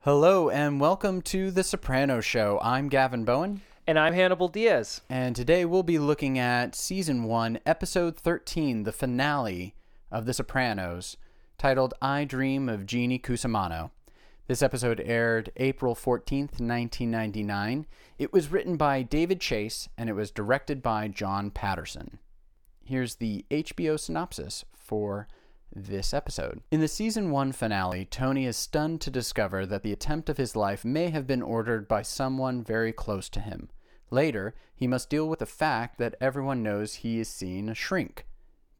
Hello and welcome to The Soprano Show. I'm Gavin Bowen, And I'm Hannibal Diaz. and today we'll be looking at Season 1, Episode 13, the finale of The Sopranos, titled I Dream of Jeannie Cusimano. This episode aired April 14th, 1999. It was written by David Chase and it was directed by John Patterson. Here's the HBO synopsis for this episode. In the season one finale, Tony is stunned to discover that the attempt of his life may have been ordered by someone very close to him. Later, he must deal with the fact that everyone knows he is seeing a shrink.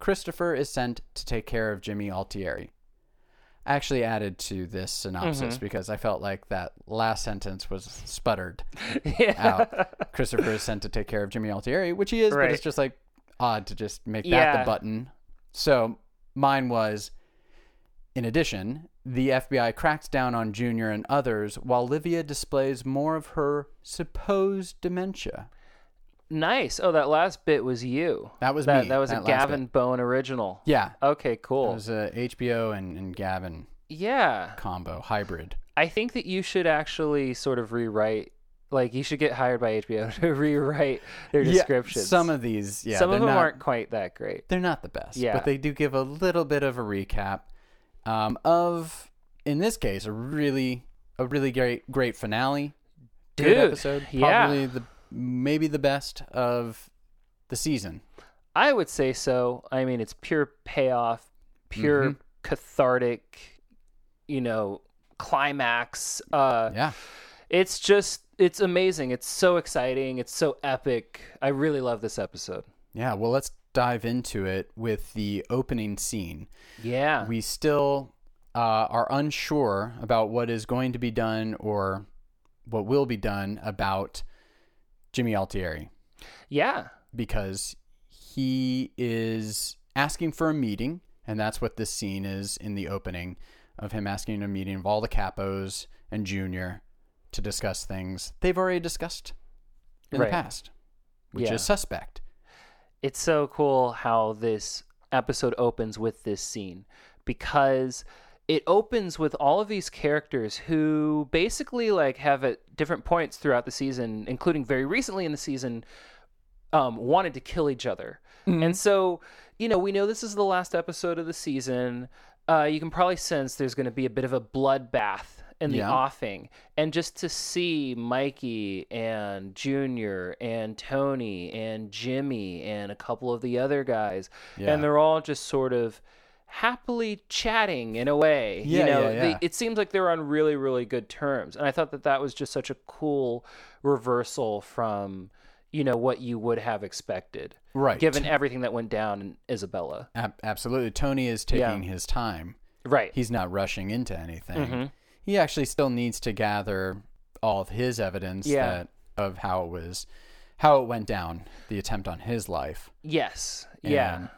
Christopher is sent to take care of Jimmy Altieri. I actually added to this synopsis because I felt like that last sentence was sputtered out. Christopher is sent to take care of Jimmy Altieri, which he is, but it's Right. just like odd to just make that the Yeah. button. So mine was in addition, the FBI cracks down on Junior and others while Livia displays more of her supposed dementia. Nice. Oh, that last bit was you. That was that, me, That was that a last Gavin bit. Bowen original. Yeah. Okay, It cool. was a HBO and, and Gavin Yeah. combo hybrid. I think that you should actually sort of rewrite, like, you should get hired by HBO to rewrite their descriptions. Some of these, yeah, Some of they're them not- aren't quite that great. they're not the best, Yeah. but they do give a little bit of a recap um, of, in this case, a really a really great great finale. Dude, Good episode, yeah. probably the maybe the best of the season. I would say so. I mean, it's pure payoff, pure Mm-hmm. cathartic, you know, climax. Uh, Yeah, It's just, it's amazing. It's so exciting. It's so epic. I really love this episode. yeah. Well, let's dive into it with the opening scene. Yeah. we still uh, are unsure about what is going to be done or what will be done about Jimmy Altieri yeah. because he is asking for a meeting, and that's what this scene is in the opening of him asking a meeting of all the capos and Junior to discuss things they've already discussed in Right. the past, which Yeah. is suspect. It's so cool how this episode opens with this scene because it opens with all of these characters who basically like have at different points throughout the season, including very recently in the season, um, wanted to kill each other. Mm-hmm. And so, you know, we know this is the last episode of the season. Uh, you can probably sense there's going to be a bit of a bloodbath in the Yeah. offing. And just to see Mikey and Junior and Tony and Jimmy and a couple of the other guys, Yeah. and they're all just sort of happily chatting in a way. Yeah, you know, yeah, They, yeah. it seems like they're on really, really good terms. And I thought that that was just such a cool reversal from, you know, what you would have expected Right. given everything that went down in Isabella. Ab- absolutely. Tony is taking his time. Right. he's not rushing into anything. Mm-hmm. He actually still needs to gather all of his evidence Yeah. that of how it was how it went down, the attempt on his life. yes. Yeah. And-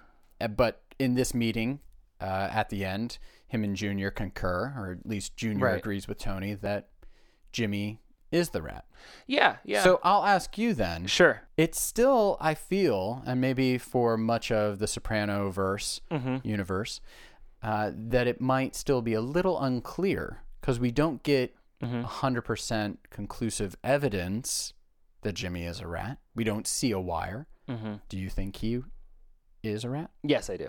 uh, but in this meeting, uh, at the end, him and Junior concur, or at least Junior Right. agrees with Tony that Jimmy is the rat. Yeah. Yeah. So I'll ask you then. sure. It's still, I feel, and maybe for much of the Soprano verse Mm-hmm. universe, uh, that it might still be a little unclear because we don't get Mm-hmm. 100% conclusive evidence that Jimmy is a rat. We don't see a wire. Mm-hmm. Do you think he is a rat? Yes, I do.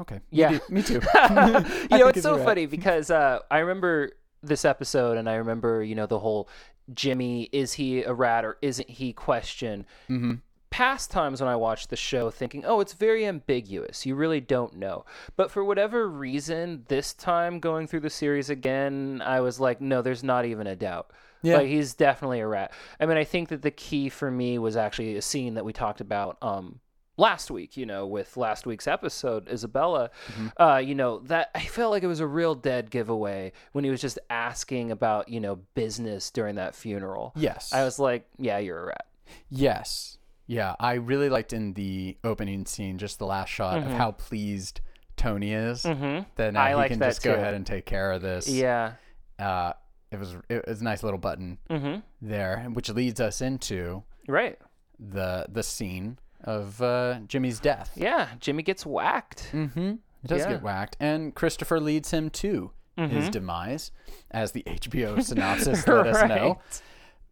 Okay. Yeah. Me, do- me too. you I know, think it's he's a so rat. funny because uh, I remember this episode and I remember, you know, the whole Jimmy, is he a rat or isn't he question. hmm Past times when I watched the show thinking, oh, it's very ambiguous. You really don't know. But for whatever reason, this time going through the series again, I was like, no, there's not even a doubt. Yeah. Like he's definitely a rat. I mean, I think that the key for me was actually a scene that we talked about um last week, you know, with last week's episode, Isabella. Mm-hmm. Uh, you know, that I felt like it was a real dead giveaway when he was just asking about, you know, business during that funeral. Yes. I was like, yeah, you're a rat. Yes. Yeah, I really liked in the opening scene just the last shot of how pleased Tony is. Mm-hmm. That now Mm-hmm. I he liked can that just go too. ahead and take care of this. Yeah. Uh, it was it was a nice little button Mhm. there, which leads us into Right. the the scene of uh, Jimmy's death. Yeah, Jimmy gets whacked. Mm-hmm. It does Yeah. Mm-hmm. get whacked, and Christopher leads him to his demise, as the HBO synopsis let us know.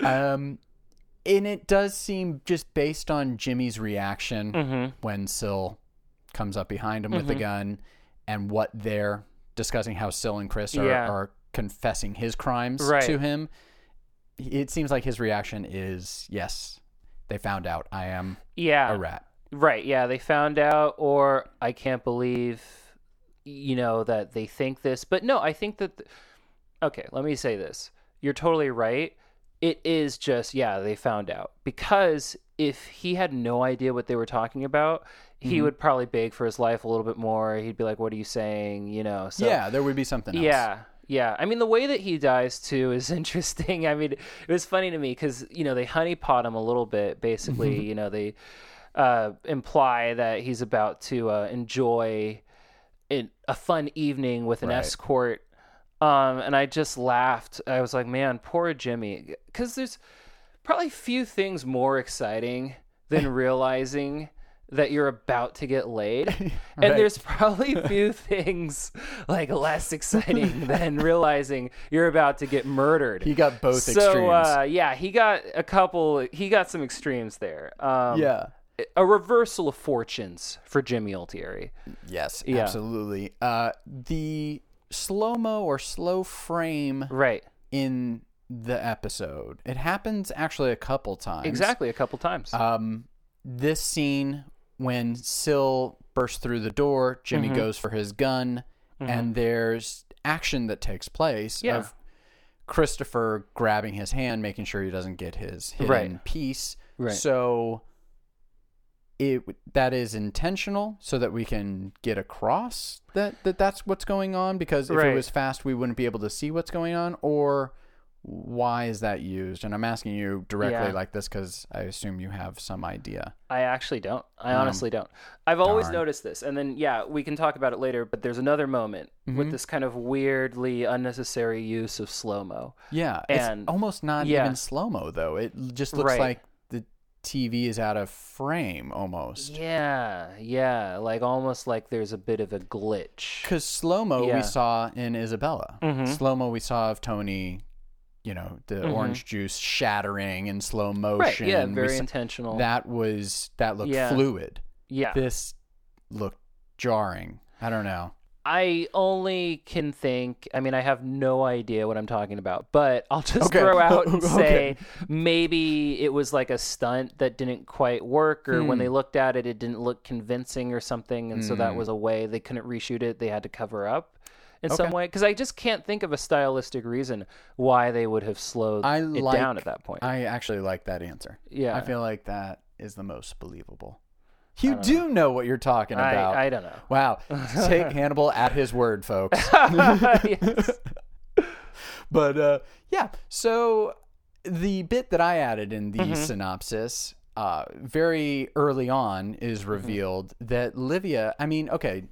Um, and it does seem just based on Jimmy's reaction Mm-hmm. when Syl comes up behind him with the gun and what they're discussing, how Syl and Chris are, Yeah. are confessing his crimes Right. to him. It seems like his reaction is yes, they found out I am Yeah. a rat. Right. Yeah. They found out, or I can't believe, you know, that they think this. But no, I think that. th- okay, let me say this. You're totally right. It is just, yeah, they found out. Because if he had no idea what they were talking about, he would probably beg for his life a little bit more. He'd be like, what are you saying? You know, so. yeah, there would be something else. Yeah. Yeah. I mean, the way that he dies too is interesting. I mean, it was funny to me because, you know, they honeypot him a little bit, basically. Mm-hmm. you know, they uh, imply that he's about to uh, enjoy an, a fun evening with an Right. escort. Um, and I just laughed. I was like, man, poor Jimmy. Because there's probably few things more exciting than realizing that you're about to get laid. And there's probably few things like less exciting than realizing you're about to get murdered. He got both so, extremes. uh, yeah, he got a couple. He got some extremes there. Um, yeah. a reversal of fortunes for Jimmy Altieri. Yes, Yeah. absolutely. Uh, the slow mo or slow frame Right, in the episode, it happens actually a couple times. exactly. A couple times. Um, this scene when Syl bursts through the door, Jimmy Mm-hmm. goes for his gun, and there's action that takes place Yeah. of Christopher grabbing his hand, making sure he doesn't get his hidden Right. piece. Right. So it that is intentional so that we can get across that, that that's what's going on because if it Right. was fast we wouldn't be able to see what's going on or why is that used and i'm asking you directly Yeah. like this because i assume you have some idea I actually don't. I honestly don't. I've always Mm. darn. noticed this. And then, yeah, we can talk about it later, but there's another moment Mm-hmm. with this kind of weirdly unnecessary use of slow mo. yeah it's And- almost not yeah. even slow-mo though it l- just looks Right. like the tv is out of frame almost Yeah, yeah. Like almost like there's a bit of a glitch. because slow-mo Yeah. Mm-hmm. we saw in isabella slow-mo we saw of tony you know the orange juice shattering in slow Right. motion Yeah, We very saw- intentional. that was that looked Yeah. fluid yeah. this looked jarring i don't know I only can think. I mean, I have no idea what I'm talking about, but I'll just Okay. throw out and Okay. say maybe it was like a stunt that didn't quite work, or Hmm. when they looked at it, it didn't look convincing or something, and so that was a way they couldn't reshoot it. They had to cover up in some way because I just can't think of a stylistic reason why they would have slowed I it like- down at that point. I actually like that answer. Yeah. I feel like that is the most believable. You do know. what you're talking I- about. I don't know. Wow. Take Hannibal at his word, folks. Yes. but uh, yeah, so the bit that I added in the synopsis uh, very early on is revealed that Livia, I mean, okay,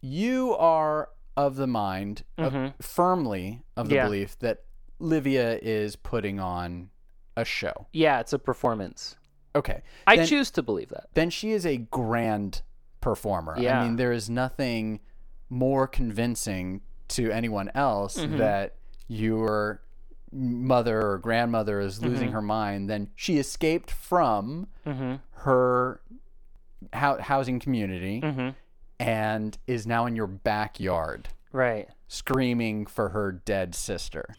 you are of the mind, uh, firmly of the Yeah. belief that Livia is putting on a show. Yeah, it's a performance. Okay. I Then- choose to believe that. then she is a grand performer. Yeah. I mean, there is nothing more convincing to anyone else that your mother or grandmother is losing her mind than she escaped from her hou- housing community and is now in your backyard Right. screaming for her dead sister.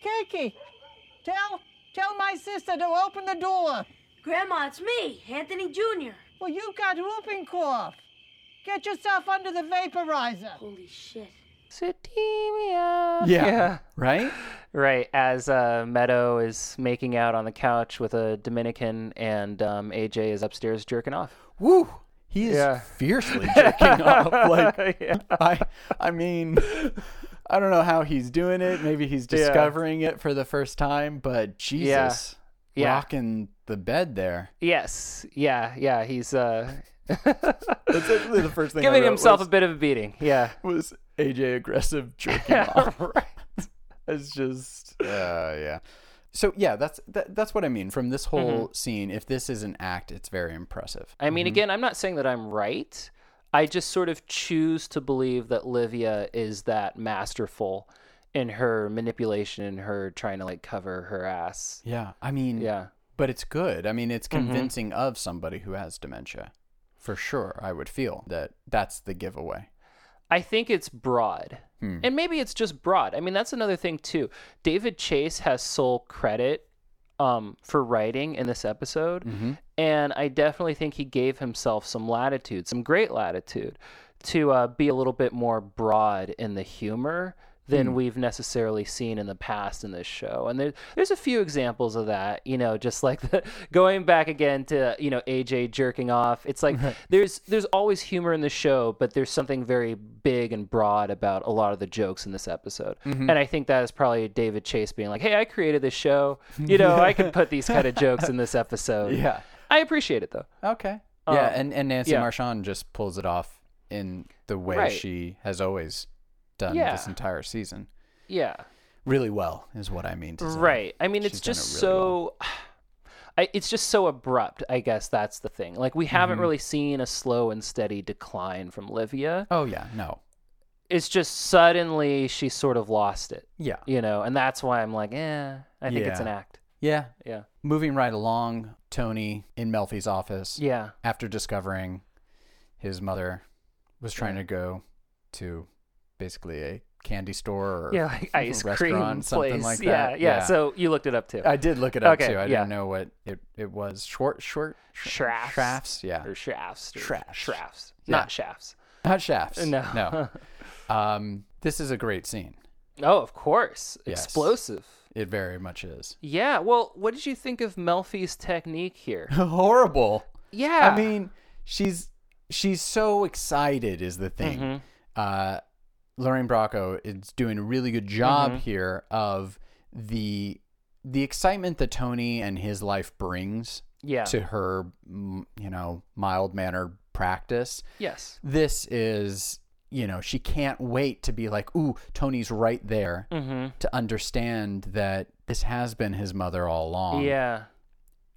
Kiki, tell tell my sister to open the door. Grandma, it's me, Anthony Jr. Well, you got whooping cough. Get yourself under the vaporizer. Holy shit. Sedemia. Right? Right, as uh, Meadow is making out on the couch with a Dominican, and um, AJ is upstairs jerking off. Woo! He is Yeah. fiercely jerking off. Like I, I mean, I don't know how he's doing it. Maybe he's discovering it for the first time. But Jesus, Yeah. rocking the bed there. Yes, yeah, yeah, he's uh, That's actually the first thing. giving I wrote himself was, a bit of a beating. Yeah, was AJ aggressive jerking off. It's just, uh, yeah. So yeah, that's that, that's what I mean from this Mm-hmm. whole scene. If this is an act, it's very impressive. I mean, again, I'm not saying that I'm right. I just sort of choose to believe that Livia is that masterful in her manipulation and her trying to like cover her ass. Yeah. I mean, Yeah. Mm-hmm. but it's good. I mean, it's convincing of somebody who has dementia. For sure, I would feel that that's the giveaway. I think it's broad. And maybe it's just broad. I mean, that's another thing too. David Chase has sole credit um, for writing in this episode, and I definitely think he gave himself some latitude, some great latitude, to uh, be a little bit more broad in the humor than we've necessarily seen in the past in this show. And there, there's a few examples of that, you know, just like the, going back again to, you know, AJ jerking off. It's like there's there's always humor in the show, but there's something very big and broad about a lot of the jokes in this episode. Mm-hmm. And I think that is probably David Chase being like, "Hey, I created this show. You know, I can put these kind of jokes in this episode." Yeah. I appreciate it though. Okay. yeah, and, and Nancy Um, yeah. Marchand just pulls it off in the way Right. she has always done Yeah. this entire season. Yeah. Really well, is what I mean to say. Right. I mean, she's it's done it just really so. I, it's just so abrupt. I guess that's the thing. Like we haven't Mm-hmm. really seen a slow and steady decline from Livia. Oh, yeah. No. It's just suddenly she sort of lost it, Yeah. you know, and that's why I'm like, eh, I think it's Yeah. an act. Yeah. Yeah. Moving right along, Tony in Melfi's office. Yeah. after discovering his mother was trying to go to basically a candy store or Yeah. Like ice cream restaurant, something place. like Yeah, that. yeah. So you looked it up too. I did look it up Okay, too. I yeah. didn't know what it, it was. Short, short, Shafts. Shafts, yeah. Or shafts. Or Shafts. Shafts. Yeah. Not shafts. Not shafts. No. No. um, this is a great scene. Oh, of course. Yes. Explosive. It very much is. Yeah. Well, what did you think of Melfi's technique here? Horrible. Yeah. I mean, she's she's so excited is the thing. Uh, Lorraine Bracco is doing a really good job here of the the excitement that Tony and his life brings yeah. to her, m- you know, mild mannered practice. Yes. This is, you know, she can't wait to be like, "Ooh, Tony's right there," Mm-hmm. to understand that this has been his mother all along. Yeah.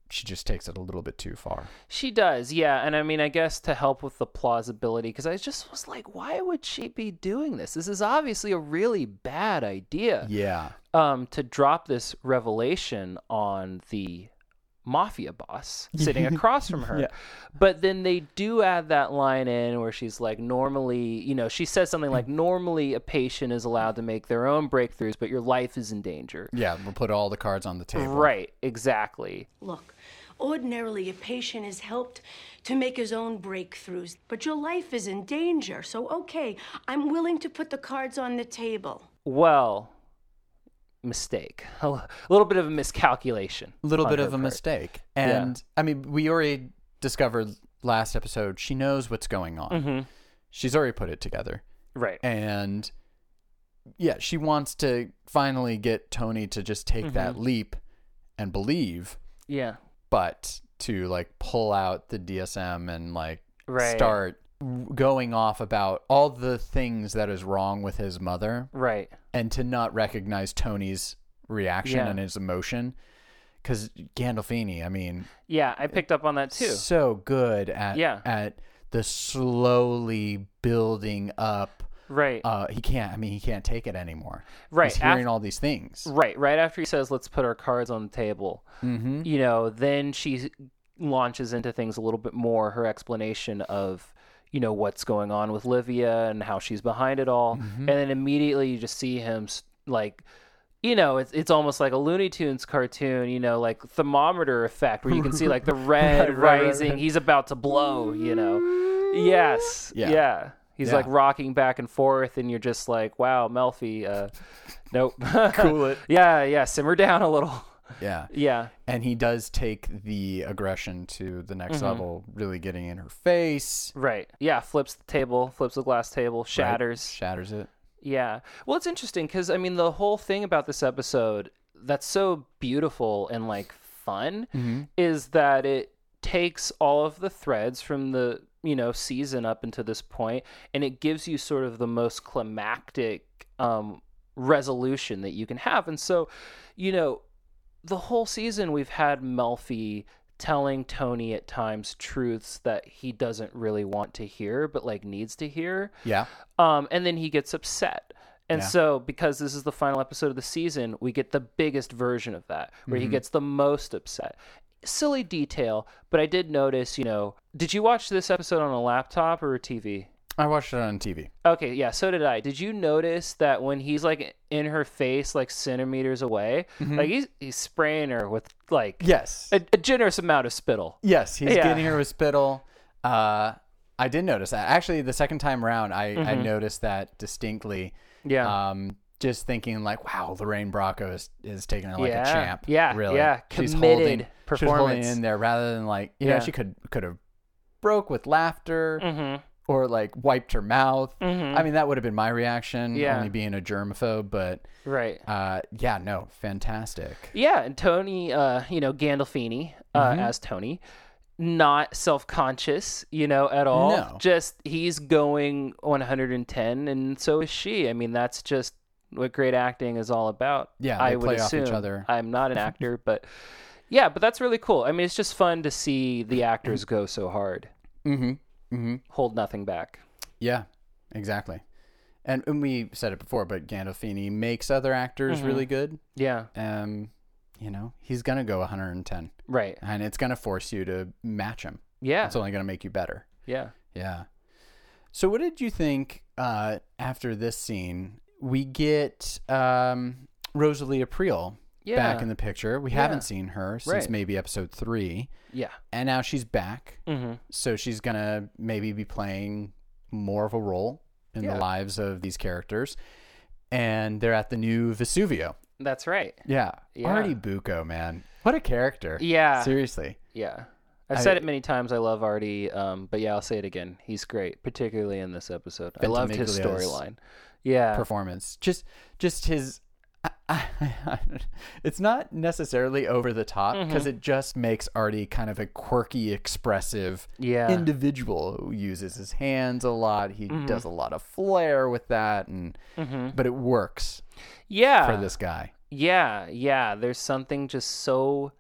she just takes it a little bit too far. She does, yeah. And I mean, I guess to help with the plausibility, because I just was like, why would she be doing this? This is obviously a really bad idea. Yeah, Um, to drop this revelation on the mafia boss sitting across from her. But then they do add that line in where she's like, normally, you know, she says something like, normally a patient is allowed to make their own breakthroughs, but your life is in danger. yeah. We'll put all the cards on the table. Right, exactly. Look, ordinarily a patient is helped to make his own breakthroughs, but your life is in danger. So, okay, I'm willing to put the cards on the table. Well, mistake. A l- little bit of a miscalculation. little on bit her of a part. mistake. And I mean, we already discovered last episode she knows what's going on. Mm-hmm. She's already put it together. Right. And yeah, she wants to finally get Tony to just take Mm-hmm. that leap and believe, yeah. but to like pull out the DSM and like Right. start going off about all the things that is wrong with his mother Right. and to not recognize Tony's reaction Yeah. and his emotion. Because Gandolfini, I mean, Yeah, I picked up on that too. so good at Yeah. at the slowly building up. Right. Uh, he can't. I mean, he can't take it anymore. Right, He's hearing af- all these things. right. Right after he says, let's put our cards on the table, mm-hmm. you know, then she launches into things a little bit more. Her explanation of, you know, what's going on with Livia and how she's behind it all. Mm-hmm. And then immediately you just see him, s- like, you know, it's it's almost like a Looney Tunes cartoon, you know, like thermometer effect where you can see like the red Right, right, right, rising. right. He's about to blow, you know. Yes. Yeah. Yeah. He's Yeah. like rocking back and forth and you're just like, "Wow, Melfi, uh nope." Cool it. yeah, yeah, simmer down a little. Yeah, Yeah. and he does take the aggression to the next Mm-hmm. level, really getting in her face, Right. Yeah, flips the table, flips the glass table, right? shatters. shatters it. Yeah. Well, it's interesting because I mean the whole thing about this episode that's so beautiful and like fun is that it takes all of the threads from the you know season up until this point and it gives you sort of the most climactic um, resolution that you can have. And so, you know, the whole season we've had Melfi telling Tony at times truths that he doesn't really want to hear, but like needs to hear. Yeah. Um, and then he gets upset. And Yeah. so, because this is the final episode of the season, we get the biggest version of that, where he gets the most upset. Silly detail, but I did notice, you know, did you watch this episode on a laptop or a TV? I watched it on TV. Okay, yeah, so did I. Did you notice that when he's like in her face, like centimeters away, like he's, he's spraying her with like Yes. a, a generous amount of spittle? Yes, he's Yeah. getting her with spittle. Uh, I did notice that. Actually, the second time round, I, I noticed that distinctly. Mm-hmm. Yeah. Um, just thinking like, wow, Lorraine Bracco is, is taking her like Yeah, a champ. yeah, really. yeah. She's Committed holding, she was holding performance. in there rather than like, you Yeah. know, she could could have broke with laughter hmm or like wiped her mouth. Mhm. I mean, that would have been my reaction, Yeah. only being a germaphobe. But Right. uh, yeah, no, fantastic. Yeah, and Tony, uh, you know, Gandolfini uh, Mm-hmm. as Tony, not self conscious, you know, at all. No. Just he's going 110, and so is she. I mean, that's just what great acting is all about. Yeah, I they would play off each assume. other. I'm not an actor, but yeah, but that's really cool. I mean, it's just fun to see the actors go so hard, Mm-hmm. Mm-hmm. hold nothing back. Yeah, exactly. And, and we said it before, but Gandolfini makes other actors really good. Yeah, Um, you know, he's gonna go 110, right. and it's gonna force you to match him. Yeah, It's only gonna make you better. yeah. Yeah. So, what did you think uh, after this scene? We get um, Rosalie April Yeah. back in the picture. We Yeah. haven't seen her since Right. maybe episode three, Yeah. and now she's back. Mm-hmm. So she's gonna maybe be playing more of a role in Yeah. the lives of these characters. And they're at the new Vesuvio. That's right. Yeah. Yeah. Artie Bucco, man. What a character. Yeah. Seriously. Yeah. I've I- said it many times. I love Artie, um, but yeah, I'll say it again. He's great, particularly in this episode. I loved his Ventimiglia's storyline. Yeah. Performance. Just just his I, I, it's not necessarily over the top Mm-hmm. because it just makes Artie kind of a quirky, expressive Yeah. Mm-hmm. individual who uses his hands a lot. He does a lot of flair with that, and but it works yeah. for this guy. Yeah. Yeah. There's something just so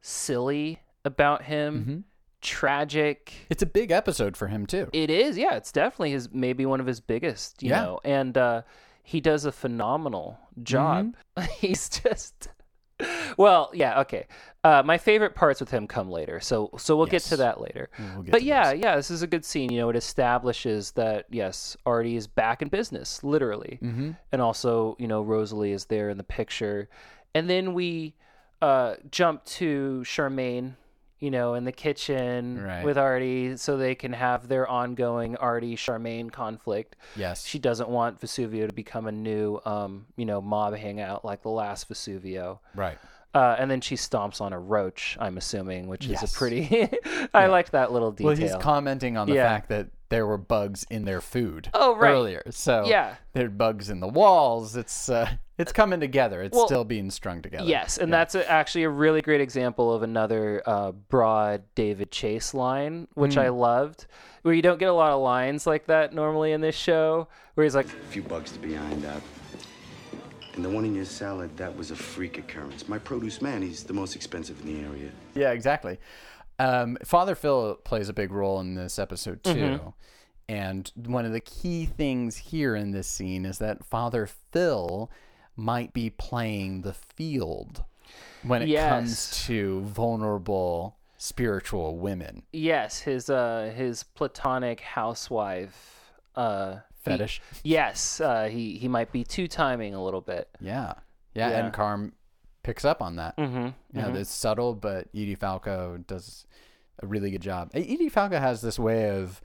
silly about him, tragic. It's a big episode for him too. It is. Yeah. It's definitely his, maybe one of his biggest, you Yeah. know, and uh, he does a phenomenal job. Mm-hmm. He's just. Well, yeah, okay. Uh, my favorite parts with him come later, so so we'll get to Yes. that later. We'll get but to yeah, those. yeah, this is a good scene. You know, it establishes that yes, Artie is back in business, literally, Mm-hmm. and also you know Rosalie is there in the picture, and then we uh, jump to Charmaine, you know, in the kitchen Right. with Artie, so they can have their ongoing Artie Charmaine conflict. yes, She doesn't want Vesuvio to become a new, um, you know, mob hangout like the last Vesuvio. right. Uh, and then she stomps on a roach, I'm assuming, which is Yes. a pretty. I liked that little detail. Well, he's commenting on the Yeah. fact that there were bugs in their food. Oh, right. Earlier, so Yeah. there are bugs in the walls. It's uh, it's coming together. It's Well, still being strung together. Yes, and that's a, actually a really great example of another uh, broad David Chase line, which I loved, where you don't get a lot of lines like that normally in this show, where he's like, A few bugs to behind that. And the one in your salad, that was a freak occurrence. My produce man, he's the most expensive in the area. Yeah, exactly. Um, Father Phil plays a big role in this episode too. Mm-hmm. And one of the key things here in this scene is that Father Phil might be playing the field when it Yes. comes to vulnerable spiritual women. "Yes, his uh, his platonic housewife uh, he- Fetish. yes, uh, he he might be two timing a little bit. Yeah. Yeah. Yeah. And Carm picks up on that. Mm-hmm. Yeah, it's subtle, but Edie Falco does a really good job. E- Edie Falco has this way of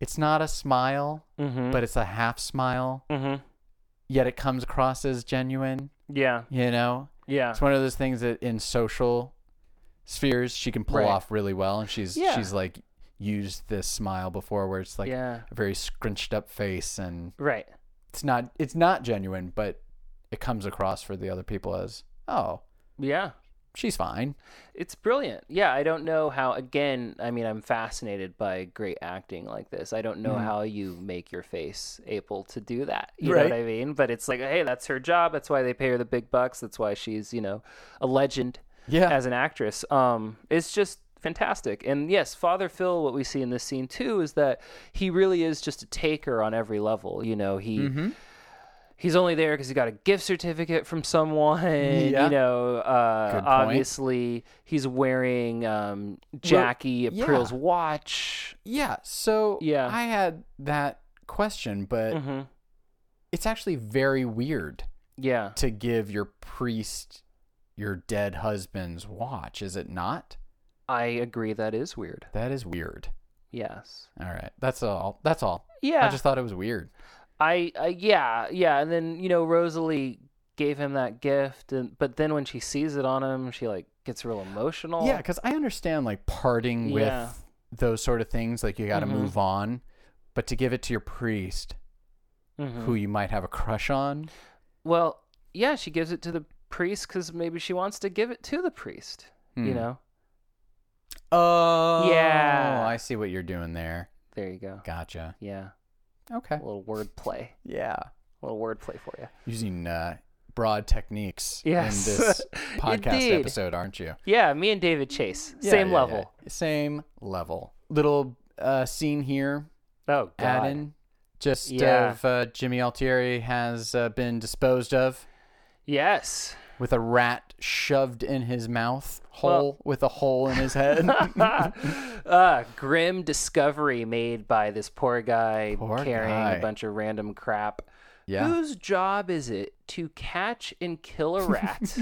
it's not a smile, Mm-hmm. but it's a half smile, Mhm. yet it comes across as genuine. Yeah, You know, yeah, it's one of those things that in social spheres she can pull Right. off really well, and she's Yeah. she's like used this smile before, where it's like Yeah. a very scrunched up face, and right. it's not it's not genuine, but it comes across for the other people as oh Yeah." she's fine. It's brilliant. Yeah, I don't know how. Again, I mean, I'm fascinated by great acting like this. I don't know Mm. how you make your face able to do that. You know what Right. I mean? But it's like, hey, that's her job. That's why they pay her the big bucks. That's why she's, you know, a legend Yeah, as an actress. Um, it's just fantastic. And yes, Father Phil, what we see in this scene too is that he really is just a taker on every level. You know, he Mm-hmm. he's only there because he got a gift certificate from someone. Yeah. You know, uh, point. obviously he's wearing um, Jackie yeah. April's watch. Yeah. So Yeah. Mm-hmm. I had that question, Uh, but it's actually very weird Yeah. to give your priest your dead husband's watch, is it not? I agree. That is weird. That is weird. Yes. All right. That's all. That's all. Yeah. I just thought it was weird. I, I yeah yeah, and then you know Rosalie gave him that gift, and but then when she sees it on him, she like gets real emotional. Yeah, because I understand like parting Oh. Yeah. Mm-hmm. with those sort of things, like you got to move on, but to give it to your priest, who you might have a crush on, Mm-hmm. Well, yeah, she gives it to the priest because maybe she wants to give it to the priest. You Hmm. know, Oh, Yeah. I see what you're doing there. there you go. Gotcha. Yeah, a Okay. little wordplay, Yeah. a little wordplay for you. Using uh, broad techniques Yes. in this podcast Indeed. episode, aren't you? Yeah, me and David Chase, Yeah, same yeah, level. yeah. Same level. Little uh, scene here Oh God. add in just Yeah. of uh, Jimmy Altieri has uh, been disposed of Yes. with a rat shoved in his mouth Well- hole with a hole in his head. Ah, grim discovery made by this poor guy Poor carrying guy. a bunch of random crap. yeah. Whose job is it to catch and kill a rat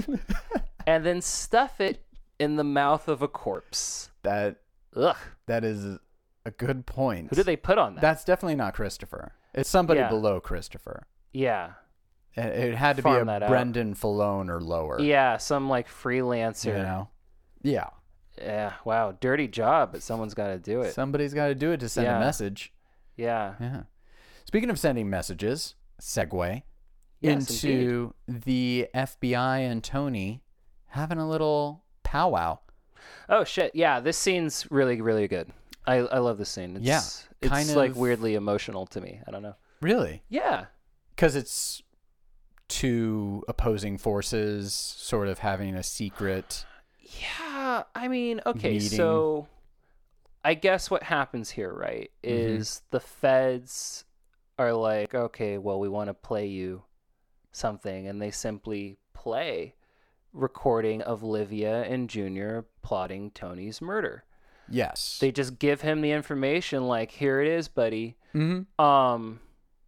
and then stuff it in the mouth of a corpse? That Ugh. that is a good point. Who do they put on that? That's definitely not Christopher. It's somebody Yeah. below Christopher. yeah. It- It had to Farm be a that out. Brendan Falone or lower. Yeah, some like You freelancer. know. Yeah. Yeah. Wow, dirty job, but someone's got to do it. Somebody's got to do it to send Yeah. a message. yeah. Yeah. Speaking of sending messages, segue Yes, indeed. into the FBI and Tony having a little powwow. Oh shit. Yeah, this scene's really really good. I I love this scene. It's Yeah, it's kind like of- weirdly emotional to me. I don't know. Really? Yeah. Because it's two opposing forces sort of having a secret. Yeah, I mean, okay, Meeting. so I guess what happens here, right, Mm-hmm. is the feds are like, okay, well, we want to play you something, and they simply play recording of Livia and Junior plotting Tony's murder. Yes. They just give him the information, like, here it is, buddy. hmm Um,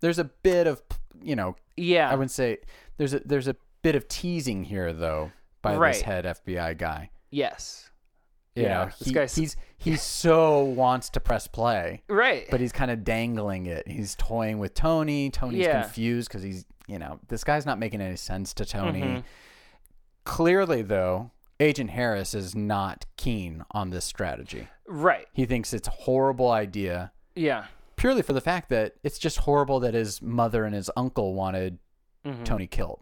There's a bit of, you know, yeah, I would say there's a there's a bit of teasing here though by Right. this head FBI guy. yes, You Yeah, know, this he, guy's- he's he so wants to press play. right, but he's kind of dangling it. He's toying with Tony. Tony's Yeah. confused because he's, you know, this guy's not making any sense to Tony. Mm-hmm. Clearly, though, Agent Harris is not keen on this strategy. right, He thinks it's a horrible idea yeah, purely for the fact that it's just horrible that his mother and his uncle wanted Mm-hmm. Tony killed.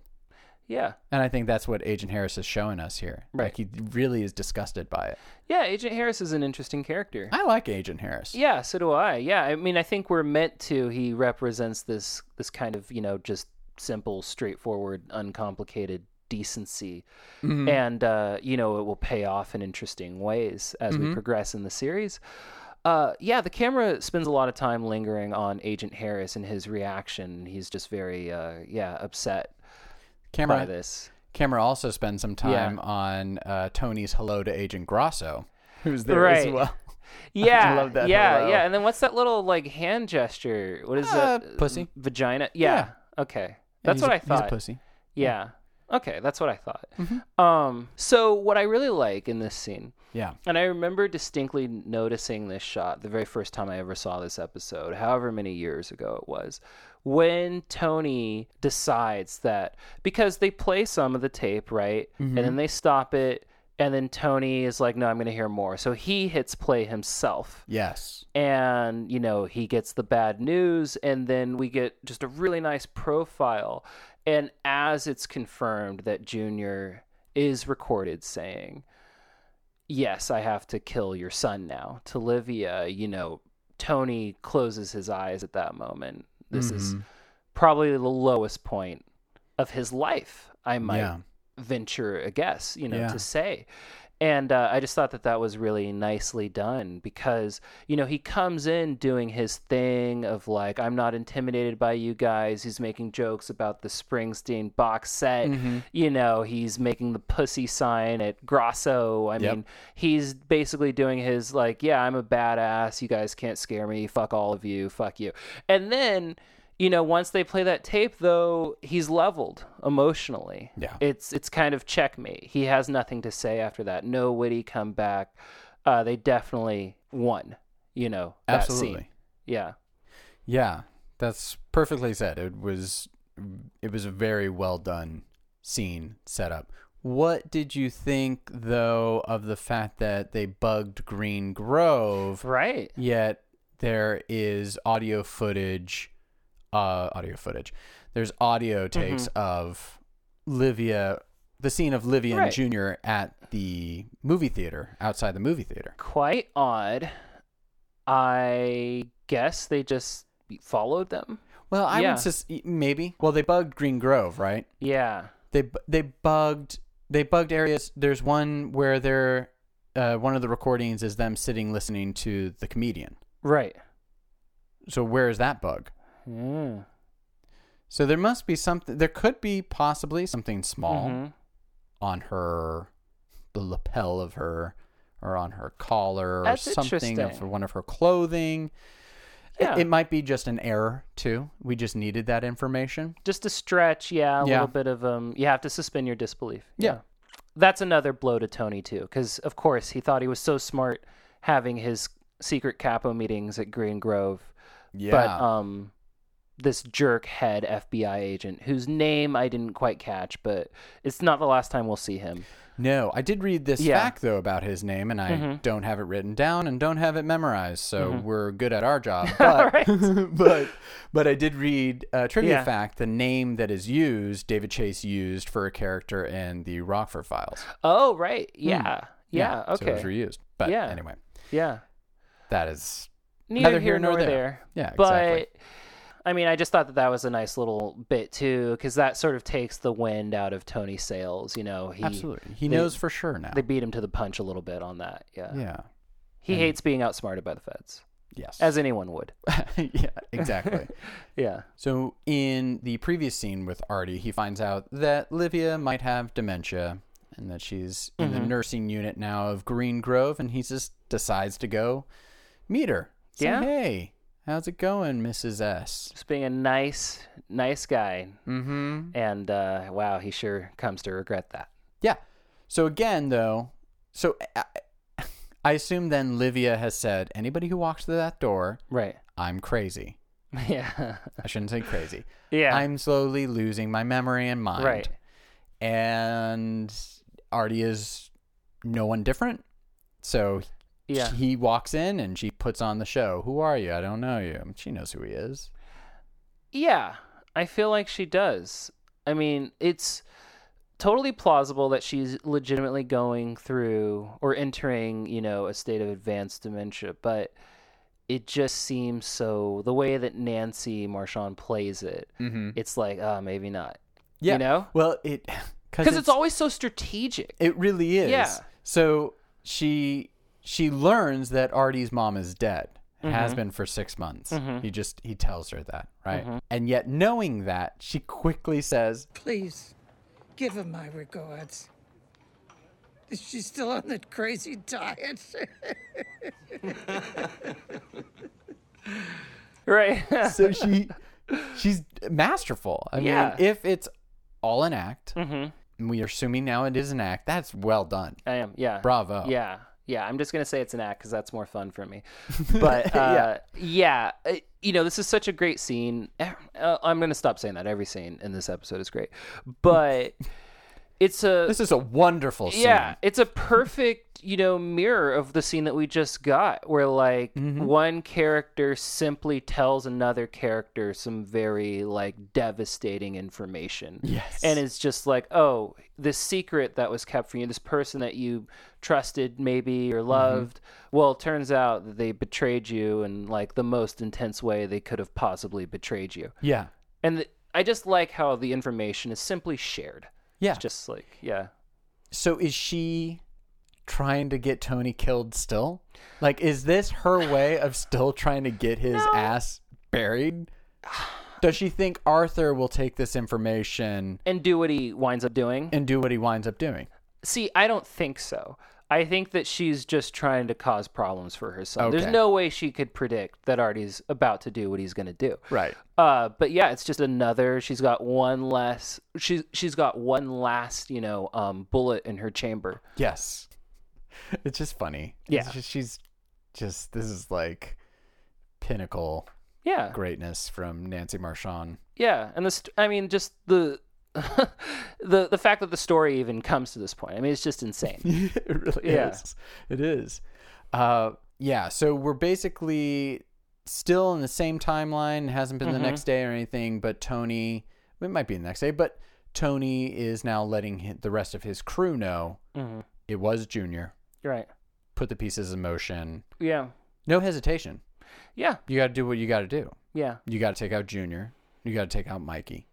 yeah. And I think that's what Agent Harris is showing us here. Like, Right. he really is disgusted by it. Yeah, Agent Harris is an interesting character. I like Agent Harris. Yeah, so do I. Yeah, I mean, I think we're meant to. He represents this this kind of you know just simple, straightforward, uncomplicated decency, Mm-hmm. and uh, you know it will pay off in interesting ways as Mm-hmm. we progress in the series. Uh, yeah, the camera spends a lot of time lingering on Agent Harris and his reaction. He's just very uh, yeah upset by Camera this. Camera also spends some time on uh, Tony's hello to Agent Grosso, who's there as Right. well. Yeah, love that yeah, hello. yeah. And then what's that little like hand gesture? What is Uh, that? pussy. Vagina. Yeah. Okay. And That's he's what a- I thought. He's a pussy. Yeah. Okay, that's what I thought. Um, so what I really like in this scene, Yeah. and I remember distinctly noticing this shot the very first time I ever saw this episode, however many years ago it was, when Tony decides that because they play some of the tape, right? And then they stop it and then Tony is like, "No, I'm going to hear more." So he hits play himself Yes. and you know he gets the bad news and then we get just a really nice profile and as it's confirmed that junior is recorded saying yes i have to kill your son now to livia you know tony closes his eyes at that moment this is Mm-hmm. probably the lowest point of his life i might Yeah. venture a guess you know Yeah. to say And uh, I just thought that that was really nicely done because, you know, he comes in doing his thing of like, I'm not intimidated by you guys. He's making jokes about the Springsteen box set. You know, he's making the pussy sign at Grosso. I Yep. mean, he's basically doing his like, yeah, I'm a badass. You guys can't scare me. Fuck all of you. Fuck you. And then, you know, once they play that tape though, he's leveled emotionally. Yeah. It's it's kind of checkmate. He has nothing to say after that. No witty comeback. Uh, they definitely won. You know, that Absolutely. Scene. Yeah. Yeah, that's perfectly said. It was it was a very well done scene setup. What did you think though of the fact that they bugged Green Grove? Right. Yet there is audio footage, uh, audio footage. There's audio takes of Livia, the scene of Livia Right. and Junior at the movie theater outside the movie theater. Quite odd. I guess they just followed them. Well, I Yeah. would just maybe. Well, they bugged Green Grove, right? Yeah. they bu- they bugged they bugged areas. There's one where they're uh, one of the recordings is them sitting listening to the comedian. Right. So where is that bug? Yeah. So there must be something. There could be possibly something small Mhm. on her, the lapel of her, or on her collar, or That's something of interesting. one of her clothing. It- Yeah. It, might be just an error too. We just needed that information. Just a stretch, yeah, a Yeah. little bit of um you have to suspend your disbelief. Yeah. That's another blow to Tony too cuz of course he thought he was so smart having his secret capo meetings at Green Grove. But um this jerk head FBI agent whose name I didn't quite catch, but it's not the last time we'll see him. No, I did read this Yeah. Mm-hmm. fact though about his name, and I don't have it written down and don't have it memorized, so we're good at our job. But but, but I did read a trivia Yeah. fact: the name that is used, David Chase used for a character in the Rockford Files. Oh, right. Yeah. Yeah, so it okay. was reused. But Yeah. anyway, yeah. that is neither, Neither here nor, there. Yeah, but exactly. I mean, I just thought that that was a nice little bit too, because that sort of takes the wind out of Tony Sales. You know, he absolutely he they- knows for sure now. They beat him to the punch a little bit on that. Yeah, yeah. he hates being outsmarted by the feds, Yes. as anyone would. yeah. Exactly. Yeah, So in the previous scene with Artie, he finds out that Livia might have dementia and that she's in Mm-hmm. the nursing unit now of Green Grove, and he just decides to go meet her. Say, Yeah. Hey, how's it going, Mrs. S? just being a nice, nice guy, Mm-hmm. and uh, wow, he sure comes to regret that. Yeah. So again, though, so I, I assume then Livia has said, anybody who walks through that door, Right? I'm crazy. Yeah. I shouldn't say crazy. yeah. I'm slowly losing my memory and mind. right. and Artie is no one different. So Yeah. he walks in and she puts on the show. Who are you? I don't know you. She knows who he is. Yeah, I feel like she does. I mean, it's totally plausible that she's legitimately going through or entering, you know, a state of advanced dementia, but it just seems so the way that Nancy Marchand plays it, it's like, uh, maybe not. You know? Well, it because Because it's, always so strategic. it really is. Yeah. So she she learns that Artie's mom is dead. Mm-hmm. Has been for six months. He just he tells her that, right? Mm-hmm. And yet, knowing that, she quickly says, Please, give him my regards. Is she still on that crazy diet? Right. so she she's masterful. I Yeah. Mm-hmm. mean, if it's all an act, and we are assuming now it is an act, that's well done. I am. Yeah. Bravo. Yeah. Yeah. I'm just going to say it's an act because that's more fun for me. But uh, yeah. uh, you know, this is such a great scene. Uh, I'm going to stop saying that. Every scene in this episode is great. But it's a. This is a wonderful scene. Yeah, it's a perfect, you know, mirror of the scene that we just got where like one character simply tells another character some very like devastating information. Yes. And it's just like, "Oh, this secret that was kept from you, this person that you trusted maybe or loved, well, it turns out that they betrayed you in like the most intense way they could have possibly betrayed you." Yeah. And th- I just like how the information is simply shared. Yeah. It's just like, yeah. so is she trying to get Tony killed still? Like, is this her way of still trying to get his ass buried? Does she think Arthur will take this information and do what he winds up doing. and do what he winds up doing? See, I don't think so. I think that she's just trying to cause problems for her son. Okay. There's no way she could predict that Artie's about to do what he's going to do. Right. Uh, but yeah, it's just another. She's got one less. She's she's got one last, you know, um, bullet in her chamber. Yes. It's just funny. It's Yeah. just- she's just, this is like pinnacle Yeah, greatness from Nancy Marchand. yeah. And this, I mean, just the the the fact that the story even comes to this point. I mean, it's just insane. it really Yeah. is. It is. Uh, yeah. So we're basically still in the same timeline. It hasn't been Mm-hmm. the next day or anything, but Tony, it might be the next day, but Tony is now letting hi- the rest of his crew know Mm-hmm. it was Junior. You're right. Put the pieces in motion. Yeah, No hesitation. yeah, You got to do what you got to do. yeah. You got to take out Junior. You got to take out Mikey.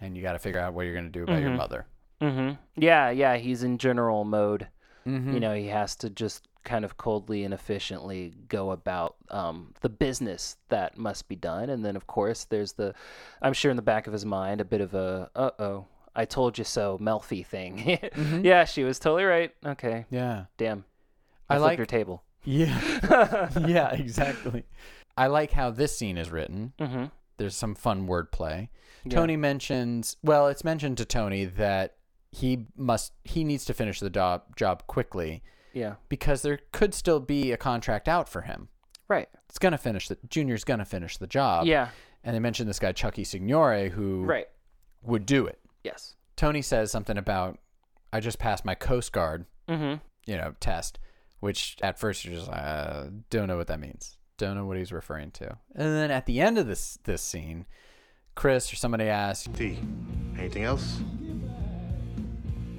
And you got to figure out what you're going to do about your mother. hmm Yeah, yeah. He's in general mode. You know, he has to just kind of coldly and efficiently go about um, the business that must be done. And then, of course, there's the, I'm sure in the back of his mind, a bit of a, uh oh, I told you so, Melfi thing. Yeah, she was totally right. Okay, Yeah. damn. I flipped like- your table. Yeah. yeah, exactly. I like how this scene is written. Mm-hmm. There's some fun wordplay. Tony mentions, well, it's mentioned to Tony that he must he needs to finish the job job quickly Yeah, because there could still be a contract out for him. right. It's gonna finish the Junior's gonna finish the job. yeah, And they mentioned this guy Chucky Signore who right. would do it. Yes. Tony says something about I just passed my Coast Guard, Mhm. you know, test, which at first you're just like, uh, don't know what that means. Don't know what he's referring to. And then at the end of this this scene, Chris or somebody asks, T, anything else?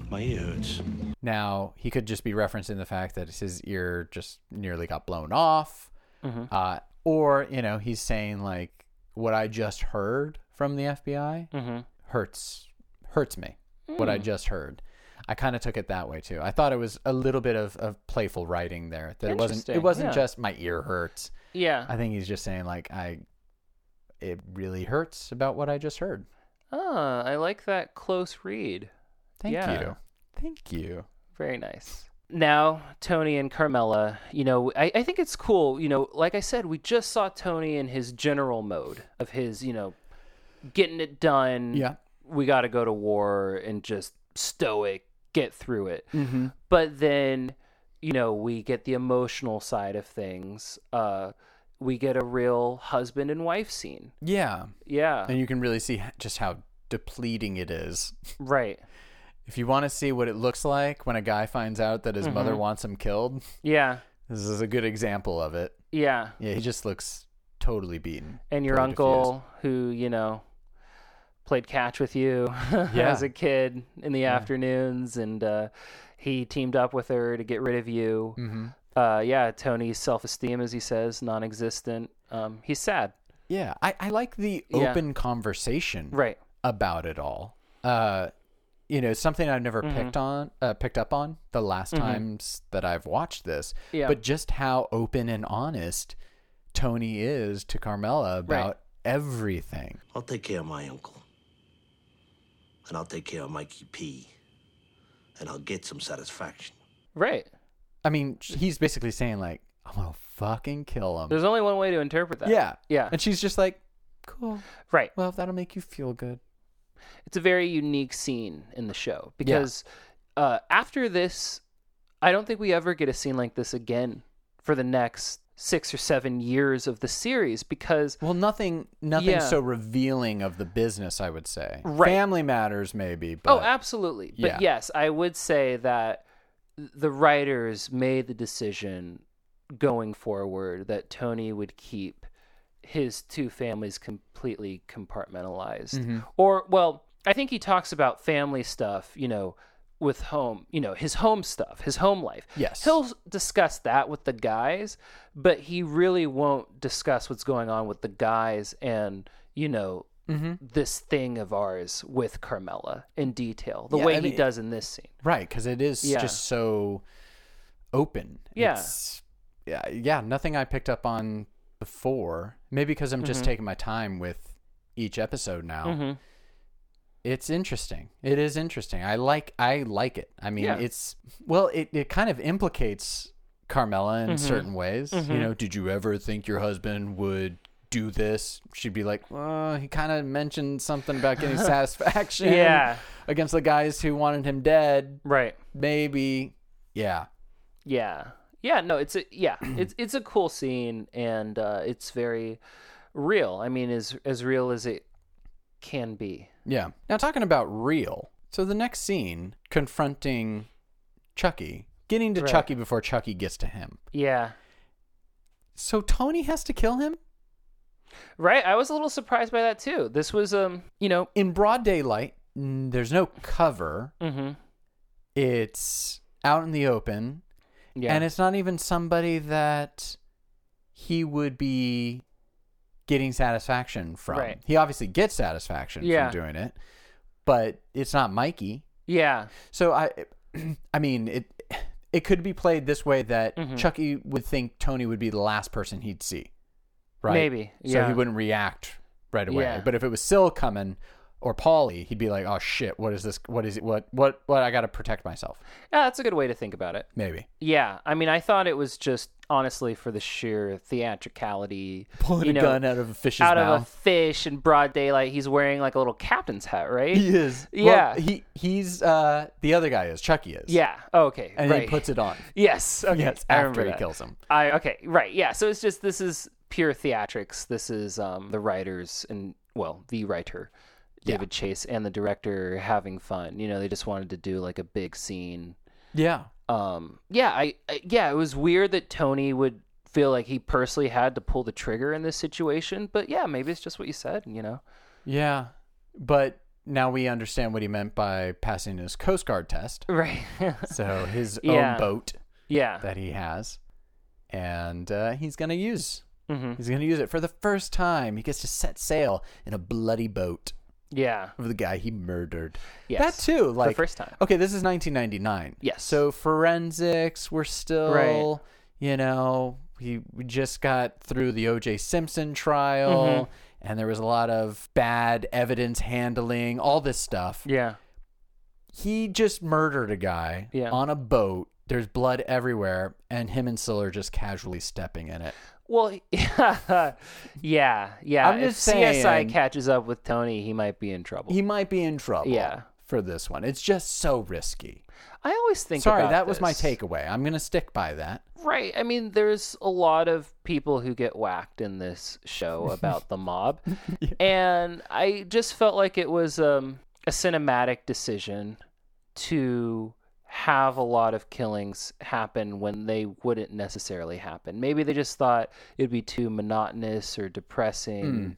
My ear hurts. now he could just be referencing the fact that his ear just nearly got blown off, Mm-hmm. uh, or you know, he's saying like what I just heard from the FBI Mm-hmm. hurts hurts me. What Hmm. I just heard. I kind of took it that way too. I thought it was a little bit of, of playful writing there. That it wasn't it Interesting, wasn't yeah. just my ear hurts. Yeah. I think he's just saying like I it really hurts about what I just heard. Ah, I like that close read. Thank Yeah. you. Thank you. Very nice. Now, Tony and Carmela, you know, I, I think it's cool. You know, like I said, we just saw Tony in his general mode of his, you know, getting it done. Yeah. We got to go to war and just stoic, get through it. Mm-hmm. But then, you know, we get the emotional side of things. Uh, we get a real husband and wife scene. Yeah. Yeah. And you can really see h- just how depleting it is. right. If you want to see what it looks like when a guy finds out that his mother Mm-hmm. wants him killed, Yeah. this is a good example of it. Yeah. Yeah, he just looks totally beaten. and your totally uncle who you know played catch with you Yeah. as a kid in the afternoons and uh, he teamed up with her to get rid of you Mm-hmm. uh, yeah tony's self-esteem as he says non-existent um, he's sad confused. Yeah, I, I like the Yeah. open conversation right about it all. Uh, you know, something I've Mm-hmm. never picked on, uh, picked up on the last times that I've watched this. Yeah. But just how open and honest Tony is to Carmela about everything. I'll take care of my uncle. And I'll take care of Mikey P. And I'll get some satisfaction. right I mean, he's basically saying like, "I'm gonna fucking kill him." there's only one way to interpret that Um, Yeah. yeah And she's just like, cool. right Well, if that'll make you feel good. it's a very unique scene in the show because uh, after this, I don't think we ever get a scene like this again for the next six or seven years of the series because Well, nothing, nothing Yeah. so revealing of the business, I would say. Right. Family matters, maybe. But oh, absolutely. But Yeah. yes, I would say that the writers made the decision going forward that Tony would keep his two families completely compartmentalized. Mm-hmm. Or, well, I think he talks about family stuff, you know, with home, you know, his home stuff, his home life. Yes. He'll s- discuss that with the guys, but he really won't discuss what's going on with the guys and, you know, Mm-hmm. this thing of ours with Carmela in detail, the Yeah, way I he mean- does in this scene. right, because it is Yeah. just so open. Yeah. It's- yeah, yeah. Nothing I picked up on before. Maybe because I'm Mm-hmm. just taking my time with each episode now. It's interesting. It is interesting. I like. I like it. I mean, Yeah. it's well. It it kind of implicates Carmela Mm-hmm. in certain ways. You know, did you ever think your husband would? Do this, she'd be like, well, he kind of mentioned something about getting satisfaction Yeah. against the guys who wanted him dead Right. maybe yeah Yeah. Yeah, no, it's a yeah, it's it's a cool scene and uh it's very real. I mean as as real as it can be. yeah now talking about real so the next scene confronting chucky getting to Right. chucky before chucky gets to him Yeah. so tony has to kill him Right? I was a little surprised by that too. This was um, you know, in broad daylight mm, there's no cover mhm. it's out in the open Yeah. and it's not even somebody that he would be getting satisfaction from Right. he obviously gets satisfaction Yeah. from doing it but it's not mikey yeah. So I, I mean it. It could be played this way that Mm-hmm. Chucky would think Tony would be the last person he'd see, right? Maybe, So yeah. he wouldn't react right away. Yeah. But if it was Syl coming or Polly, he'd be like, "Oh shit, what is this? What is it? What what what? I got to protect myself." Yeah, that's a good way to think about it. Maybe Yeah, I mean, I thought it was just honestly for the sheer theatricality. pulling you a know, gun out of a fish's out of a mouth. fish in broad daylight. He's wearing like a little captain's hat, right? he is. Well, Yeah. he he's uh the other guy is Chucky is. Yeah. Oh, okay. and right. he puts it on. Yes. Okay. Yes, I after remember he that. kills him. I okay. Right. Yeah. So it's just this is pure theatrics. This is um the writers and well the writer. David Chase and the director having fun. You know, they just wanted to do like a big scene Yeah. um yeah I, I yeah it was weird that tony would feel like he personally had to pull the trigger in this situation but yeah maybe it's just what you said you know Yeah. But now we understand what he meant by passing his Coast Guard test. right So his Yeah. own boat yeah that he has, and uh, he's gonna use. Mm-hmm. He's gonna use it for the first time. He gets to set sail in a bloody boat yeah of the guy he murdered. Yes. That too, The like first time. Okay, this is 1999. Yes. So forensics, we're still, you know, we, we just got through the O.J. Simpson Mm-hmm. trial, and there was a lot of bad evidence handling, all this stuff yeah he just murdered a guy Yeah. on a boat. There's blood everywhere, and him and Syl are just casually stepping in it. well yeah yeah yeah I'm if just saying- csi catches up with tony he might be in trouble He might be in trouble. Yeah. For this one, it's just so risky. i always think Sorry, about that was my this. takeaway. I'm gonna stick by that. Right. I mean, there's a lot of people who get whacked in this show about the mob. And I just felt like it was um, a cinematic decision to have a lot of killings happen when they wouldn't necessarily happen. Maybe they just thought it'd be too monotonous or depressing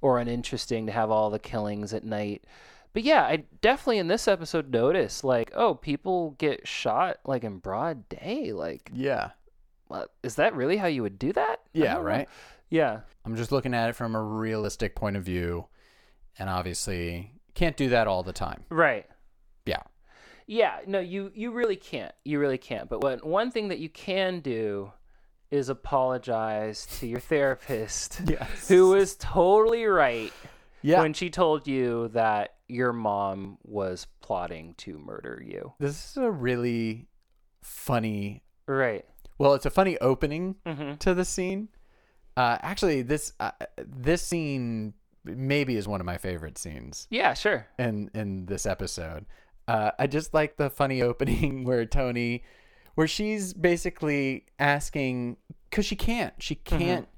or uninteresting to have all the killings at night. But yeah, I definitely in this episode noticed like, oh, people get shot like in broad day. Like Yeah. well, is that really how you would do that? I Yeah. don't know. Right. Yeah. I'm just looking at it from a realistic point of view, and obviously can't do that all the time. Right. Yeah. Yeah. No, you you really can't. You really can't. But what one thing that you can do is apologize to your therapist, Yes. who was totally right Yeah. when she told you that your mom was plotting to murder you. this is a really funny Right. Well, it's a funny opening Mm-hmm. to the scene. Uh, actually, this uh, this scene maybe is one of my favorite scenes Yeah. Sure. in in this episode. Uh, I just like the funny opening where Tony, where she's basically asking because she can't, she Mm-hmm. can't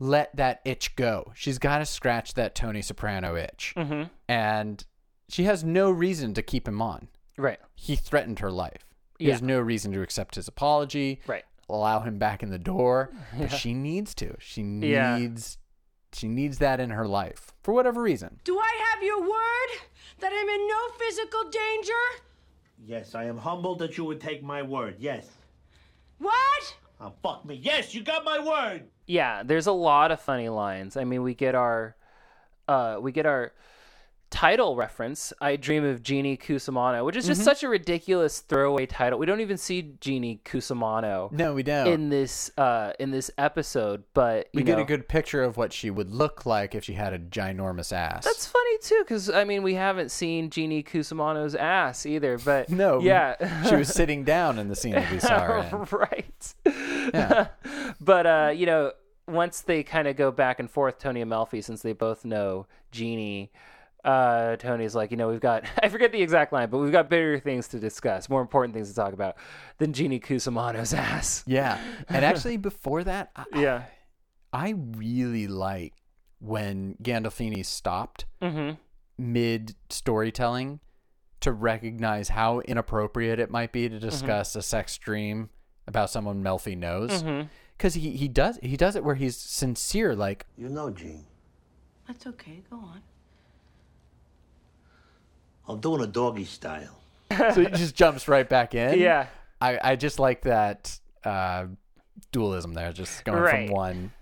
let that itch go. She's got to scratch that Tony Soprano itch, Mm-hmm. and she has no reason to keep him on Right. he threatened her life. Yeah. There's no reason to accept his apology. Right. Allow him back in the door. But she needs to. She Yeah. needs she needs that in her life. For whatever reason. Do I have your word that I'm in no physical danger? Yes, I am humbled that you would take my word. Yes. What? Oh, fuck me. Yes, you got my word. yeah there's a lot of funny lines i mean we get our uh we get our title reference, I Dream of Jeannie Cusimano, which is Mm-hmm. just such a ridiculous throwaway title. We don't even see Jeannie Cusimano No, we don't. in this uh in this episode, but you we get know, a good picture of what she would look like if she had a ginormous ass. That's funny too, because I mean we haven't seen Jeannie Cusimano's ass either, but no. yeah, she was sitting down in the scene that we saw her in. right. Yeah. but uh, you know, once they kind of go back and forth, Tony and Melfi, since they both know Jeannie, uh, Tony's like, you know, we've got I forget the exact line, but we've got bigger things to discuss, more important things to talk about than Jeannie Cusimano's ass. Yeah. And actually, before that, I, Yeah. I really like when Gandolfini stopped Mm-hmm. mid storytelling to recognize how inappropriate it might be to Mm-hmm. discuss a sex dream about someone Melfi knows. Mm-hmm. Because he, he does he does it where he's sincere, like, You know, Gene, That's okay. Go on. I'm doing a doggy style. so he just jumps right back in. Yeah. I, I just like that uh, dualism there, just going Right. from one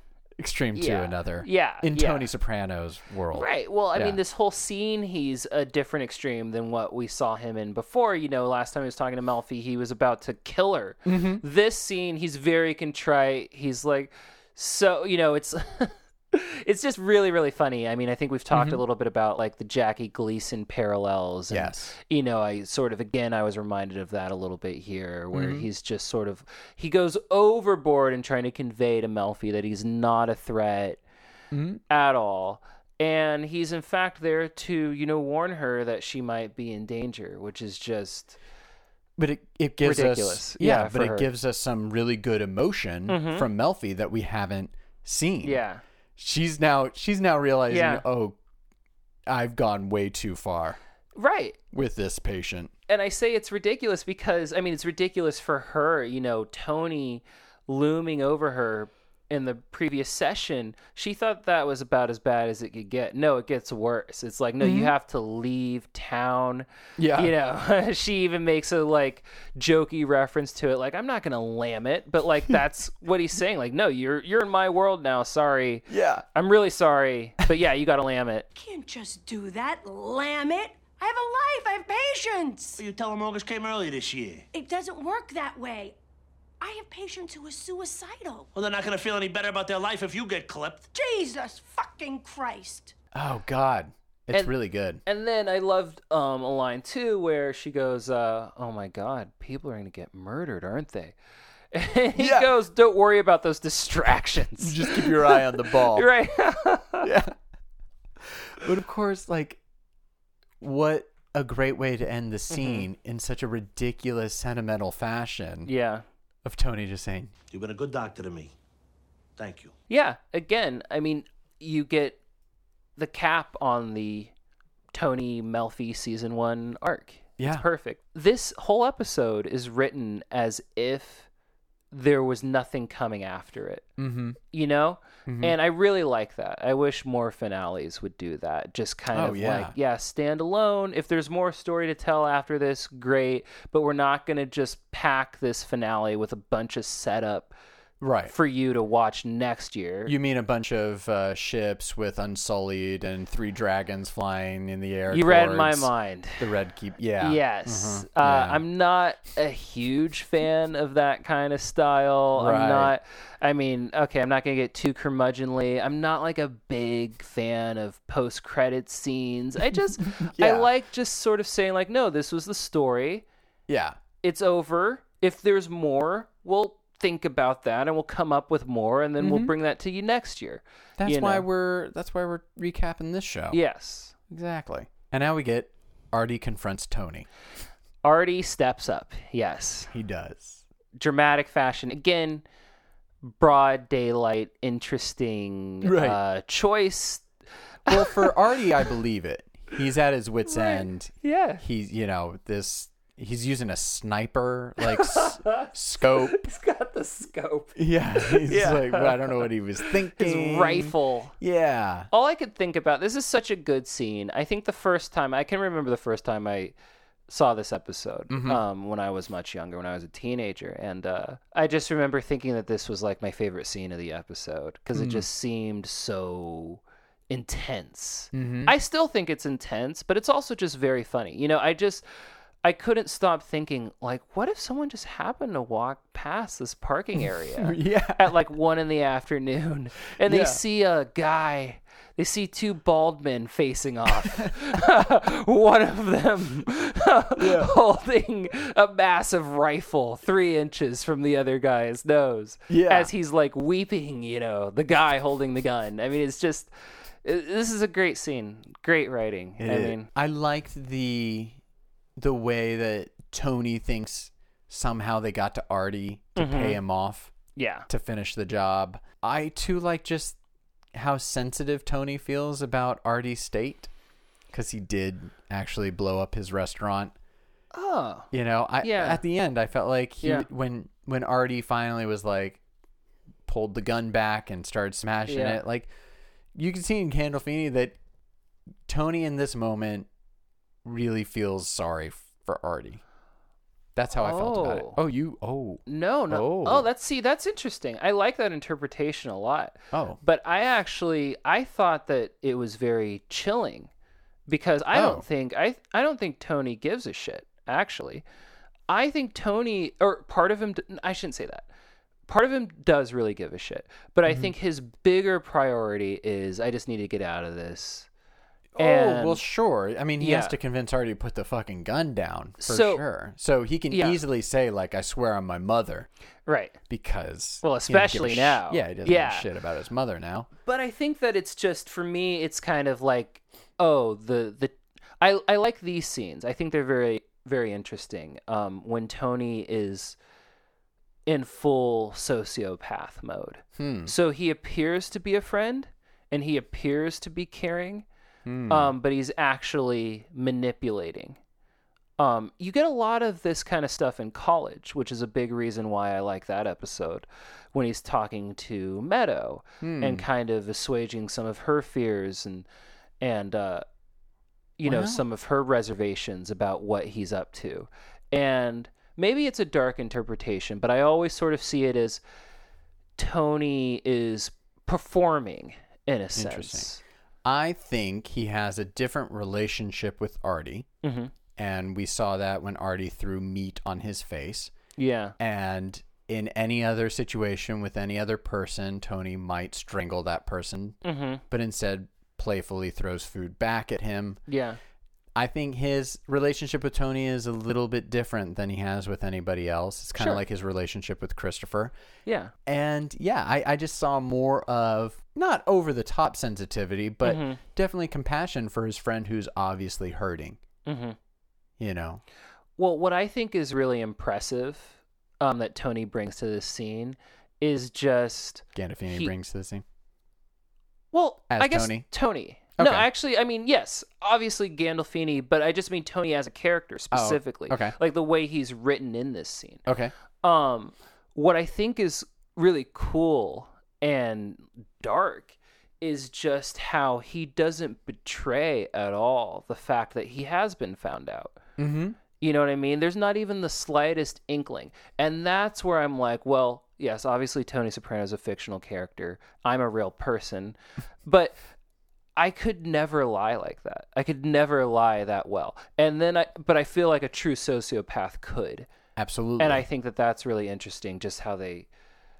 extreme Yeah. to another. Yeah, In yeah. Tony Soprano's world. Right. Well, I Yeah. mean, this whole scene, he's a different extreme than what we saw him in before. You know, last time he was talking to Melfi, he was about to kill her. Mm-hmm. This scene, he's very contrite. He's like, so, you know, it's. It's just really, really funny. I mean, I think we've talked Mm-hmm. a little bit about like the Jackie Gleason parallels. And, Yes. You know, I sort of, again, I was reminded of that a little bit here, where Mm-hmm. he's just sort of, he goes overboard in trying to convey to Melfi that he's not a threat at all. And he's in fact there to, you know, warn her that she might be in danger, which is just But it, it gives Ridiculous. us yeah, Yeah, but for it her. Mm-hmm. gives us some really good emotion from Melfi that we haven't seen. yeah. She's now she's now realizing, Yeah. oh, I've gone way too far Right. with this patient. and I say it's ridiculous because I mean it's ridiculous for her, you know, Tony looming over her in the previous session. She thought that was about as bad as it could get. No, it gets worse. It's like no, you have to leave town. Mm-hmm. Yeah. You know, she even makes a like jokey reference to it like I'm not going to lam it, but like that's what he's saying like no, you're you're in my world now. Sorry. Yeah. I'm really sorry, but yeah, you got to lam it. Can't just do that, lamb it. I have a life. I have patience. You tell him August came early this year. It doesn't work that way. I have patients who are suicidal. Well, they're not gonna feel any better about their life if you get clipped. Jesus fucking Christ. Oh God. It's And- really good. And then I loved um, a line too where she goes, uh, "Oh my God, people are going to get murdered, aren't they?" And he Yeah. goes, "Don't worry about those distractions." Just keep your eye on the ball. right? But of course, like, what a great way to end the Mm-hmm. scene in such a ridiculous, sentimental fashion yeah. of Tony just saying, You've been a good doctor to me. Thank you. Yeah. Again, I mean, you get the cap on the Tony Melfi season one arc. Yeah. It's perfect. This whole episode is written as if there was nothing coming after it. mm-hmm. you know and i really like that i wish more finales would do that just kind Oh, of yeah. like yeah stand alone if there's more story to tell after this great but we're not going to just pack this finale with a bunch of setup right. for you to watch next year You mean a bunch of uh, ships with Unsullied and three dragons flying in the air? you read my towards mind The Red Keep. Yeah. Yes. Mhm. Uh, Yeah. I'm not a huge fan of that kind of style. Right. I'm not, I mean, okay, I'm not going to get too curmudgeonly. I'm not like a big fan of post credit scenes. I just, Yeah. I like just sort of saying, like, no, this was the story. Yeah. It's over. If there's more, we'll think about that and we'll come up with more and then we'll Mm-hmm. bring that to you next year. That's you why know? we're that's why we're recapping this show. Yes. Exactly. And now we get Artie confronts Tony. Artie steps up. Yes. He does. dramatic fashion. Again, broad daylight, interesting Right. uh, choice. Well, for Artie, I believe it. He's at his wits' end. Yeah. He's you know this. He's using a sniper like s- scope. He's got the scope, Yeah. He's like well, I don't know what he was his thinking. rifle. Yeah. All I could think about this is such a good scene. I think the first time I can remember the first time I saw this episode Mm-hmm. um, when I was much younger, when I was a teenager, and uh, I just Mm. remember thinking that this was like my favorite scene of the episode because it just seemed so intense. Mm-hmm. I still think it's intense, but it's also just very funny. You know, I just I couldn't stop thinking like what if someone just happened to walk past this parking area Yeah. at like 1 in the afternoon and they Yeah. see a guy they see two bald men facing off. One of them holding a massive rifle three inches from the other guy's nose. Yeah. As he's like weeping, you know, the guy holding the gun. I mean, it's just, this is a great scene. Great writing. I It- mean, I liked the the way that Tony thinks somehow they got to Artie to pay him off yeah. to finish the job. I too like just how sensitive Tony feels about Artie's state because he did actually blow up his restaurant. Oh. You know, I Yeah. at the end I felt like he Yeah. when when Artie finally was like pulled the gun back and started smashing Yeah. it, like you can see in Candlefini that Tony in this moment really feels sorry f- for Artie. That's how I felt about it. Oh. Oh, you oh No, no. Oh. Oh. that's see, that's interesting. I like that interpretation a lot. Oh. But I actually I thought that it was very chilling because I Oh. don't think I I don't think Tony gives a shit, actually. I think Tony or part of him d- I shouldn't say that. Part of him does really give a shit, but Mm-hmm. I think his bigger priority is I just need to get out of this. oh well, sure. I mean, he has Yeah. to convince Artie to put the fucking gun down for So- sure. So he can Yeah. easily say like, "I swear on my mother," right. because Well, he doesn't give a especially sh- now. yeah, he doesn't give a Yeah. shit about his mother now. but I think that it's just for me, it's kind of like, oh, the the I I like these scenes. I think they're very very interesting. Um, when Tony is in full sociopath mode, so he appears to be a friend and he appears to be caring, um, but he's actually manipulating. Um, you get a lot of this kind of stuff in college, which is a big reason why I like that episode when he's talking to Meadow and kind of assuaging some of her fears and and uh, you know some of her reservations about what he's up to. And maybe it's a dark interpretation, but I always sort of see it as Tony is performing in a sense. I think he has a different relationship with Artie. Mhm. And we saw that when Artie threw meat on his face. Yeah. And in any other situation with any other person, Tony might strangle that person, Mm-hmm. but instead playfully throws food back at him. Yeah. I think his relationship with Tony is a little bit different than he has with anybody else. It's kind of Sure. like his relationship with Christopher. Yeah. And yeah, I, I just saw more of not over the top sensitivity, but Mm-hmm. definitely compassion for his friend who's obviously hurting, Mm-hmm. you know? Well, what I think is really impressive um, that Tony brings to this scene is just Gandolfini He- brings to the scene. well, As I guess Tony? Tony. No, Okay. actually, I mean yes, obviously Gandolfini, but I just mean Tony as a character specifically, Oh, okay. like the way he's written in this scene. Okay. Um, what I think is really cool and dark is just how he doesn't betray at all the fact that he has been found out. Mm-hmm. You know what I mean? There's not even the slightest inkling. And that's where I'm like, well, yes, obviously Tony Soprano is a fictional character. I'm a real person. But I could never lie like that. I could never lie that well. And then I but I feel like a true sociopath could. Absolutely. And I think that that's really interesting just how they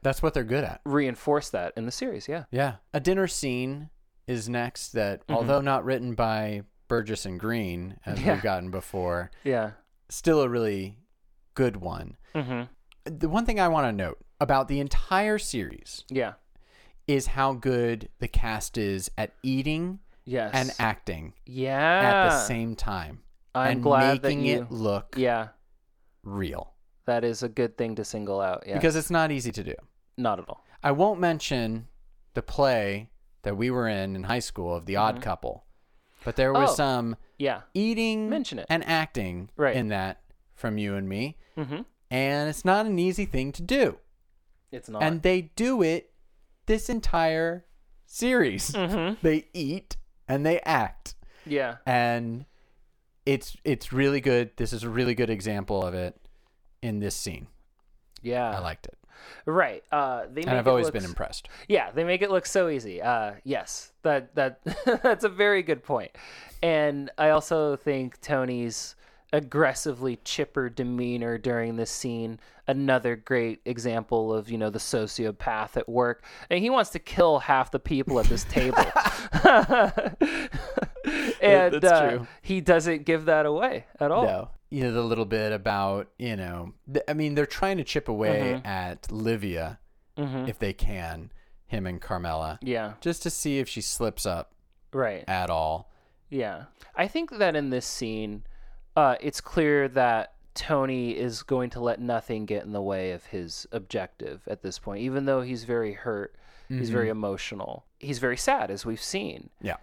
That's what they're good at. reinforce that in the series, yeah. Yeah. A dinner scene is next that, although not written by Burgess and Green, as Mm-hmm. Yeah. we've gotten before, Yeah. still a really good one. Mhm. The one thing I want to note about the entire series Yeah. is how good the cast is at eating Yes. and acting. yeah. at the same time. I'm and glad that making you- it look Yeah. real That is a good thing to single out. Yeah. because it's not easy to do. not at all. I won't mention the play that we were in in high school of The Odd Couple, but there was Mm-hmm. Oh. some Yeah. eating Mention it. and acting Right. in that from you and me, Mm-hmm. and it's not an easy thing to do. It's not. And they do it this entire series. Mm-hmm. They eat and they act. yeah. and it's it's really good. This is a really good example of it in this scene. Yeah. I liked it. Right. Uh, they make and I've it always look been s- impressed. Yeah, they make it look so easy. Uh, yes, that that that's a very good point. And I also think Tony's aggressively chipper demeanor during this scene another great example of you know the sociopath at work and he wants to kill half the people at this table and That's uh, true. he doesn't give that away at all No. You know, the little bit about, you know, th- I mean, they're trying to chip away Mm-hmm. at Livia if they can, him and Carmela, yeah just to see if she slips up right at all. Yeah. I think that in this scene, uh, it's clear that Tony is going to let nothing get in the way of his objective at this point. Even though he's very hurt, he's very emotional, he's very sad, as we've seen, Yeah.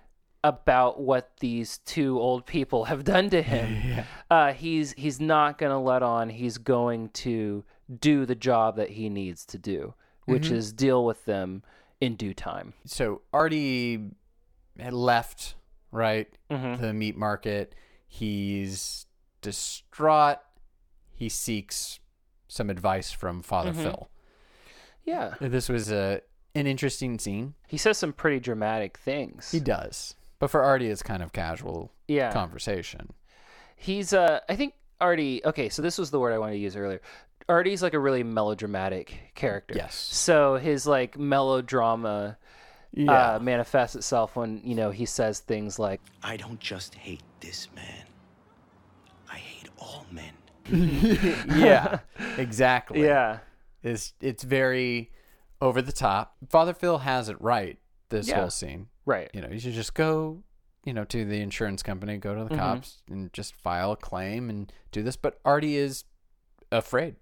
about what these two old people have done to him. uh, he's he's not going to let on. He's going to do the job that he needs to do, which is deal with them in due time. So Artie had left, right? Mm-hmm. The meat market. He's distraught. He seeks some advice from Father Mm-hmm. Phil. Yeah. This was a an interesting scene. He says some pretty dramatic things. He does. But for Artie, it's kind of casual Yeah. conversation. he's uh i think artie okay so this was the word i wanted to use earlier artie's like a really melodramatic character Yes. so his like melodrama uh, manifests itself when you know he says things like I don't just hate this man. I hate all men. yeah, exactly. yeah It's, it's very over the top. Father Phil has it right this Yeah. whole scene. right You know, you should just go, you know, to the insurance company, go Mm-hmm. to the cops and just file a claim and do this. But Artie is afraid.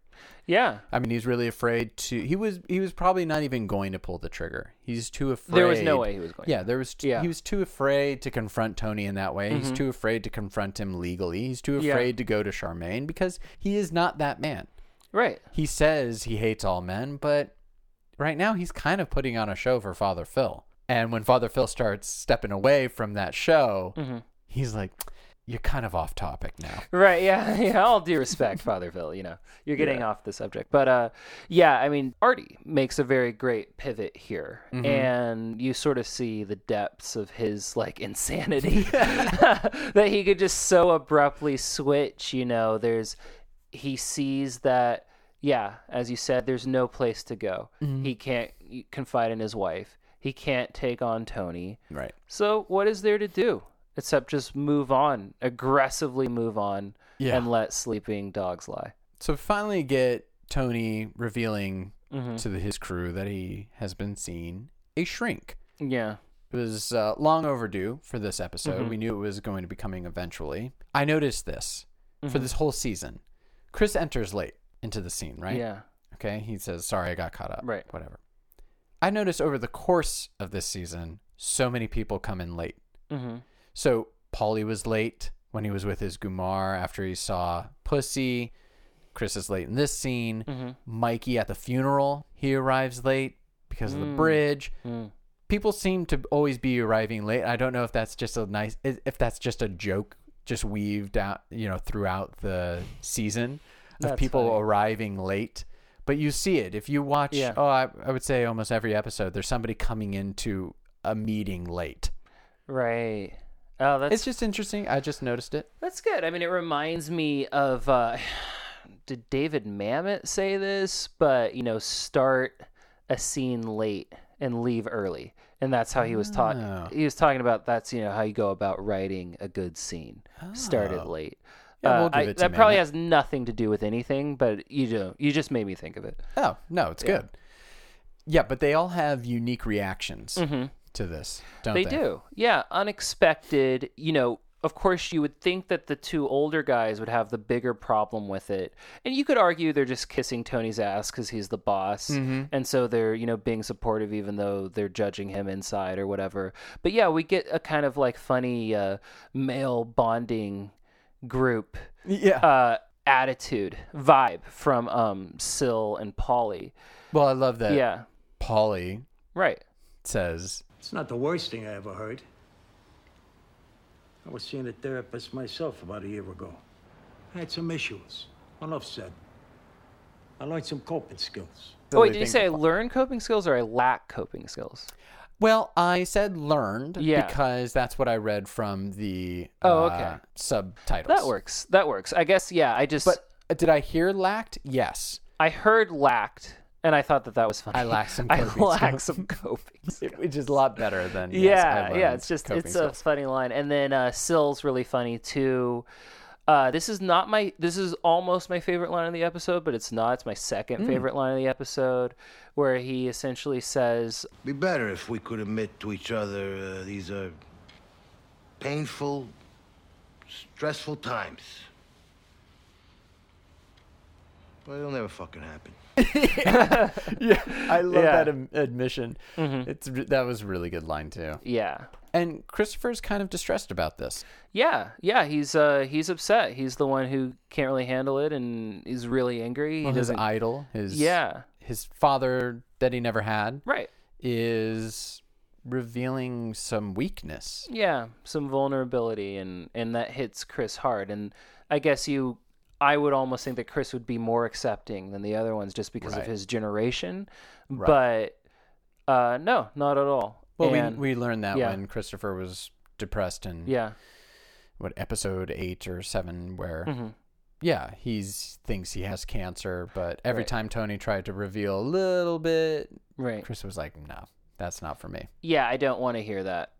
yeah I mean, he's really afraid to. He was he was probably not even going to pull the trigger. He's too afraid. There was no way he was going Yeah, there was. Yeah. Mm-hmm. he was too afraid to confront Tony in that way. He's too afraid to confront him legally. He's too Yeah. afraid to go to Charmaine because he is not that man. right He says he hates all men, but right now he's kind of putting on a show for Father Phil. And when Father Phil starts stepping away from that show, he's like, "You're kind of off topic now." Right, yeah, yeah. All due respect, Father Phil, you know, you're getting off the subject. But uh yeah, I mean Artie makes a very great pivot here. And you sort of see the depths of his like insanity. that he could just so abruptly switch, you know, there's he sees that yeah, as you said, there's no place to go. He can't confide in his wife. He can't take on Tony. Right. So what is there to do except just move on, aggressively move on, Yeah. and let sleeping dogs lie? So finally, get Tony revealing to the, his crew that he has been seeing a shrink. Yeah. It was uh, long overdue for this episode. We knew it was going to be coming eventually. I noticed this for this whole season. Chris enters late into the scene, right? Yeah. Okay. He says, Sorry, I got caught up. Right. Whatever. I noticed over the course of this season, so many people come in late. hmm So Polly was late when he was with his Gumar after he saw Pussy. Chris is late in this scene. Mikey at the funeral, he arrives late because of the bridge. People seem to always be arriving late. I don't know if that's just a nice, if if that's just a joke, just weaved out, you know, throughout the season of That's people funny. arriving late. But you see it if you watch. Yeah. Oh, I, I would say almost every episode, there's somebody coming into a meeting late. Right. Oh, that's It's just interesting. I just noticed it. that's good. I mean, it reminds me of uh, did David Mamet say this? But you know, start a scene late and leave early, and that's how he was talking. Ah. He was talking about that's you know how you go about writing a good scene. Start it late. Ah. Yeah, we'll Uh, give I- it to that probably Mamet. has nothing to do with anything, but you know, you just made me think of it. Oh no, it's good. Yeah, but they all have unique reactions to this, don't they? Mm-hmm. They do. Yeah, unexpected. You know, of course, you would think that the two older guys would have the bigger problem with it. And you could argue they're just kissing Tony's ass because he's the boss. And so they're, you know, being supportive even though they're judging him inside or whatever. But yeah, we get a kind of like funny uh, male bonding group Yeah. uh, attitude vibe from um, Syl and Polly. well, I love that. Yeah, Polly right. says, It's not the worst thing I ever heard. I was seeing a therapist myself about a year ago. I had some issues. Enough said. I learned some coping skills. Oh, wait, did you say I learn coping skills or I lack coping skills? Well, I said learned Yeah. because that's what I read from the Oh, uh, okay. subtitles. That works. That works. I guess, yeah, I just, But uh, did I hear lacked? Yes. I heard lacked and I thought that that was funny. I lack some I coping lack skills. some coping skills. Which is a lot better than yes, I yeah, yeah. learned It's just coping it's skills. a funny line, and then uh, Sill's really funny too. Uh, this is not my. This is almost my favorite line of the episode, but it's not. It's my Hmm. second favorite line of the episode, where he essentially says, Be better if we could admit to each other uh, these are painful, stressful times. But it'll never fucking happen. yeah, I love Yeah. Mm-hmm. that am- admission. It's re- that was a really good line too. "Yeah, And Christopher's kind of distressed about this. yeah, yeah." He's uh, he's upset. He's the one who can't really handle it, and is really angry. He Well, his doesn't. idol, his Yeah, his father that he never had, right. is revealing some weakness. yeah some vulnerability and and that hits chris hard and i guess you i would almost think that chris would be more accepting than the other ones just because of Right. his generation but uh no not at all Well, And- we we learned that yeah. when Christopher was depressed and yeah what episode eight or seven where yeah he's thinks he has cancer but every Right. time tony tried to reveal a little bit right chris was like no that's not for me yeah i don't want to hear that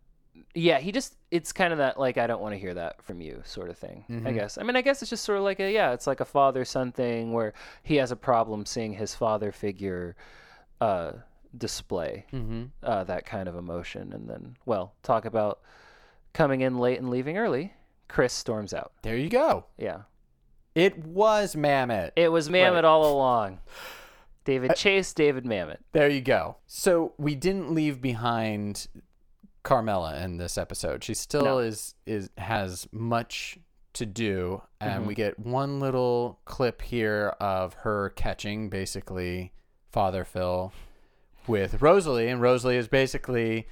yeah he just it's kind of that like i don't want to hear that from you sort of thing Mm-hmm. i guess i mean i guess it's just sort of like a yeah it's like a father son thing where he has a problem seeing his father figure uh display uh, that kind of emotion and then well talk about coming in late and leaving early chris storms out there you go yeah it was mammoth it was mammoth all along david chase david mammoth there you go so we didn't leave behind carmela in this episode she still No. is is has much to do and Mm-hmm. we get one little clip here of her catching basically father phil with rosalie and rosalie is basically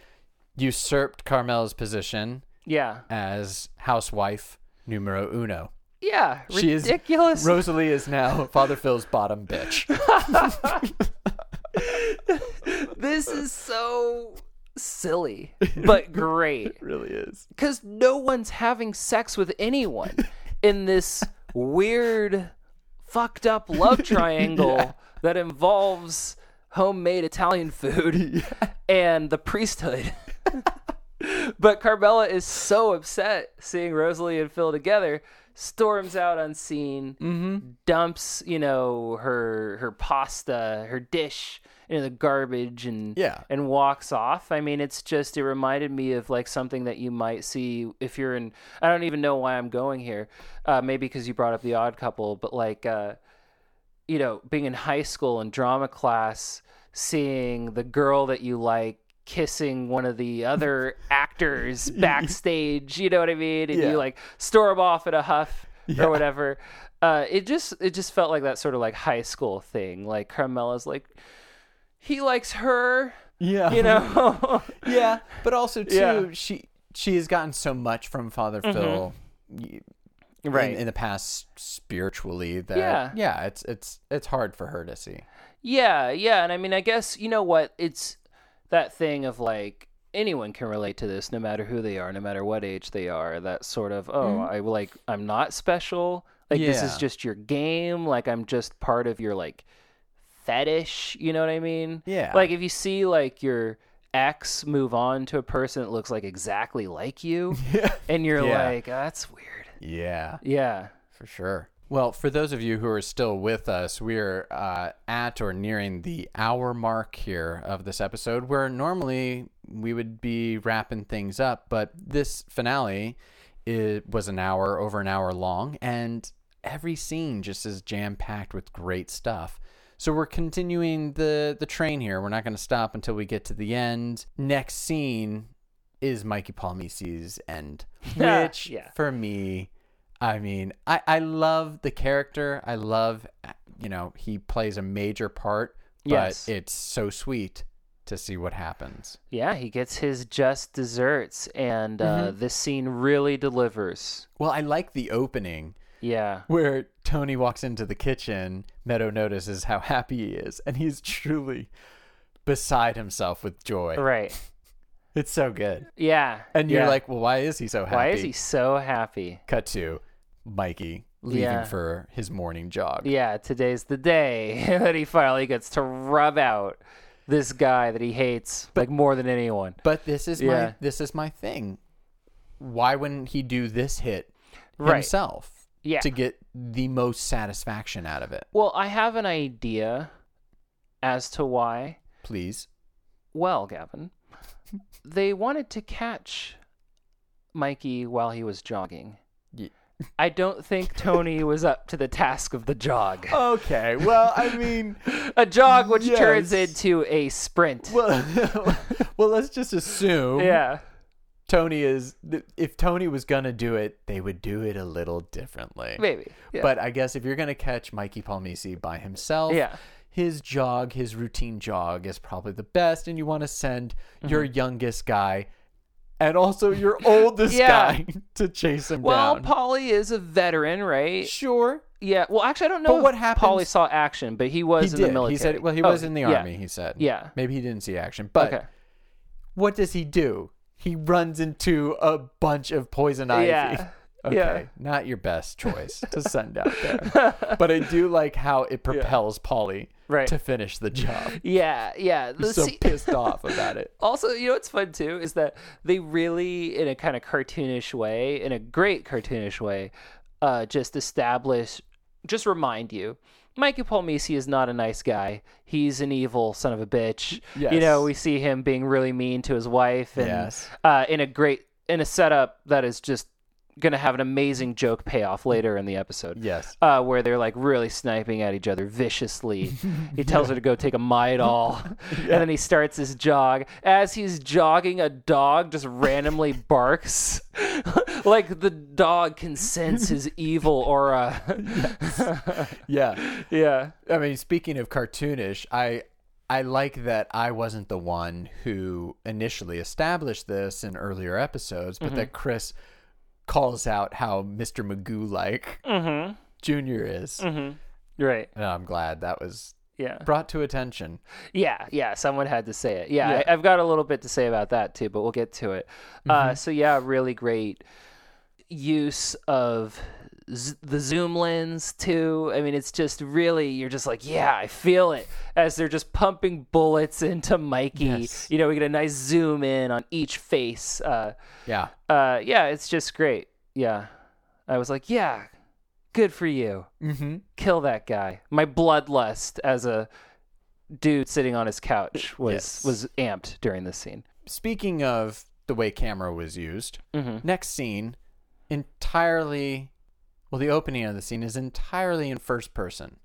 usurped carmela's position yeah as housewife numero uno yeah she is ridiculous rosalie is now father phil's bottom bitch this is so silly but great really is because no one's having sex with anyone in this weird fucked up love triangle that involves homemade italian food and the priesthood but carmela is so upset seeing rosalie and phil together storms out unseen dumps you know her her pasta her dish into the garbage and Yeah. and walks off i mean it's just it reminded me of like something that you might see if you're in i don't even know why i'm going here uh maybe because you brought up the odd couple but like uh you know, being in high school and drama class, seeing the girl that you like kissing one of the other actors backstage, you know what I mean? And Yeah. you like storm off in a huff or whatever. Uh, it just it just felt like that sort of like high school thing. Like Carmela's like he likes her, yeah you know. yeah but also too Yeah. Mm-hmm. she she has gotten so much from father phil y- in- Right. in, the past spiritually that yeah. Yeah. it's it's it's hard for her to see Yeah, yeah, and I mean, I guess you know what? It's that thing of like anyone can relate to this, no matter who they are, no matter what age they are. That sort of oh, I like I'm not special. Like this Mm-hmm. Yeah. is just your game. Like I'm just part of your like fetish. You know what I mean? Yeah. Like if you see like your ex move on to a person that looks like exactly like you, and you're Yeah. like, "Ah, that's weird. yeah Yeah. for sure well for those of you who are still with us we're uh, at or nearing the hour mark here of this episode where normally we would be wrapping things up but this finale it was an hour over an hour long and every scene just is jam packed with great stuff So we're continuing the the train here. We're not going to stop until we get to the end. Next scene is Mikey Palmisi's end, which Yeah. for me, I mean, I I love the character. I love, you know, he plays a major part, but Yes. it's so sweet to see what happens. Yeah, he gets his just Mm-hmm. desserts, and uh, this scene really delivers. Well, I like the opening Yeah. where Tony walks into the kitchen, Meadow notices how happy he is, and he's truly beside himself with joy. Right. It's so good. Yeah. And you're yeah. like, well, why is he so happy? why is he so happy? Cut to Mikey leaving Yeah. for his morning jog. Yeah, today's the day that he finally gets to rub out this guy that he hates like more than anyone. But this is my Yeah. this is my thing. Why wouldn't he do this hit Right. himself Yeah. to get the most satisfaction out of it? Well, I have an idea as to why. Please. Well, Gavin, they wanted to catch Mikey while he was jogging. Ye- I don't think Tony was up to the task of the jog. Okay. Well, I mean, A jog which turns Uh, Yes. into a sprint. well, well, let's just assume yeah. Tony is if Tony was going to do it, they would do it a little differently. Maybe. Yeah. But I guess if you're going to catch Mikey Palmisi by himself, Yeah. his jog, his routine jog is probably the best. And you want to send Mm-hmm. your youngest guy and also your oldest Yeah. guy to chase him well, down. Polly is a veteran, right? sure. Yeah. Well, actually, I don't know But if what happens- Polly saw action, but he was he in did. the military. He said, well, he Oh, was in the yeah. army, he said. Yeah. Maybe he didn't see action. But okay. what does he do? He runs into a bunch of poison ivy. Yeah. Okay, Yeah. not your best choice to send out there. but I do like how it propels Polly Right. to finish the job. Yeah. Yeah. The He's so se- pissed off about it. Also, you know what's fun too is that they really, in a kind of cartoonish way, in a great cartoonish way, uh, just establish, just remind you, Mikey Palmisi is not a nice guy. He's an evil son of a bitch. You know, Yes. we see him being really mean to his wife, and Yes. uh, in a great, in a setup that is just gonna have an amazing joke payoff later in the episode Yes. uh, where they're like really sniping at each other viciously. He tells her to go take a Midol, and then he starts his jog. As he's jogging, a dog just randomly barks, like the dog can sense his evil aura. Yeah. yeah, I mean, speaking of cartoonish, I I like that I wasn't the one who initially established this in earlier episodes, but Mm-hmm. that Chris calls out how Mr. Magoo like Mm-hmm. Junior is. right. And I'm glad that was Yeah, brought to attention. yeah, yeah. Someone had to say it. Yeah, I, I've got a little bit to say about that too, but we'll get to it. Uh, so yeah, really great use of z- the zoom lens too. I mean, it's just really you're just like, yeah, I feel it as they're just pumping bullets into Mikey. You know, we get a nice zoom in on each face. Uh, Yeah. uh, yeah, it's just great. Yeah, I was like, yeah, good for you. Mm-hmm. Kill that guy. My bloodlust as a dude sitting on his couch was Yes. was amped during this scene. Speaking of the way camera was used, Mm-hmm. next scene entirely well, the opening of the scene is entirely in first person.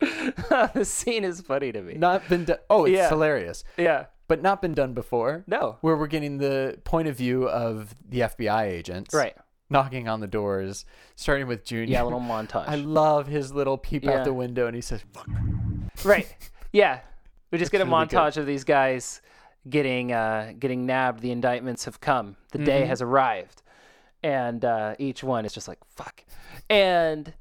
the scene is funny to me. Not been done. Oh, it's Yeah. hilarious, yeah. but not been done before. No. where we're getting the point of view of the FBI agents, Right. Knocking on the doors, starting with Junior. Yeah, a little montage. I love his little peep Yeah. out the window, and he says, "Fuck." right. Yeah. We just get a really good. montage of these guys getting uh, getting nabbed. The indictments have come. The day Mm-hmm. has arrived, and uh, each one is just like fuck. And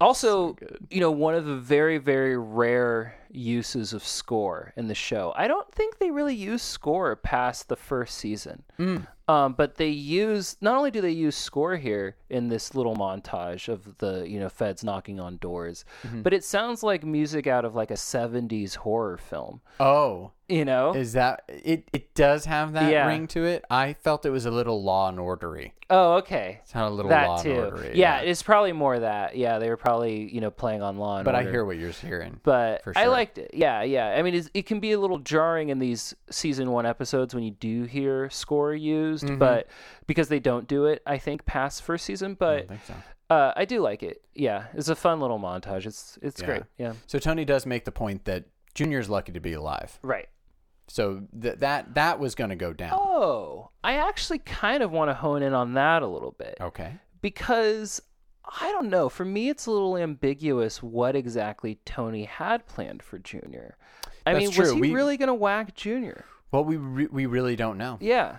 also, you know, one of the very very rare uses of score in the show. I don't think they really use score past the first season. Mm. Um, but they use not only do they use score here in this little montage of the you know feds knocking on doors, Mm-hmm. but it sounds like music out of like a '70s horror film. "Oh, You know? is that it? It does have that Yeah. ring to it. I felt it was a little Law and Ordery. oh, okay. It's not a little Law and That too. Ordery. Yeah, it's probably more that. Yeah, they were probably you know playing on Law and but I Order. hear what you're hearing. But for I sure. liked it. Yeah, yeah. I mean, it's, it can be a little jarring in these season one episodes when you do hear score used, Mm-hmm. but because they don't do it, I think past first season. But Uh, I do like it. Yeah, it's a fun little montage. It's it's great. Yeah, So Tony does make the point that Junior's lucky to be alive. right. So th- that that was going to go down. Oh, I actually kind of want to hone in on that a little bit Okay. because I don't know. For me, it's a little ambiguous what exactly Tony had planned for Junior. I That's mean, was true. he We- really gonna whack Junior? Well, we re- we really don't know. Yeah,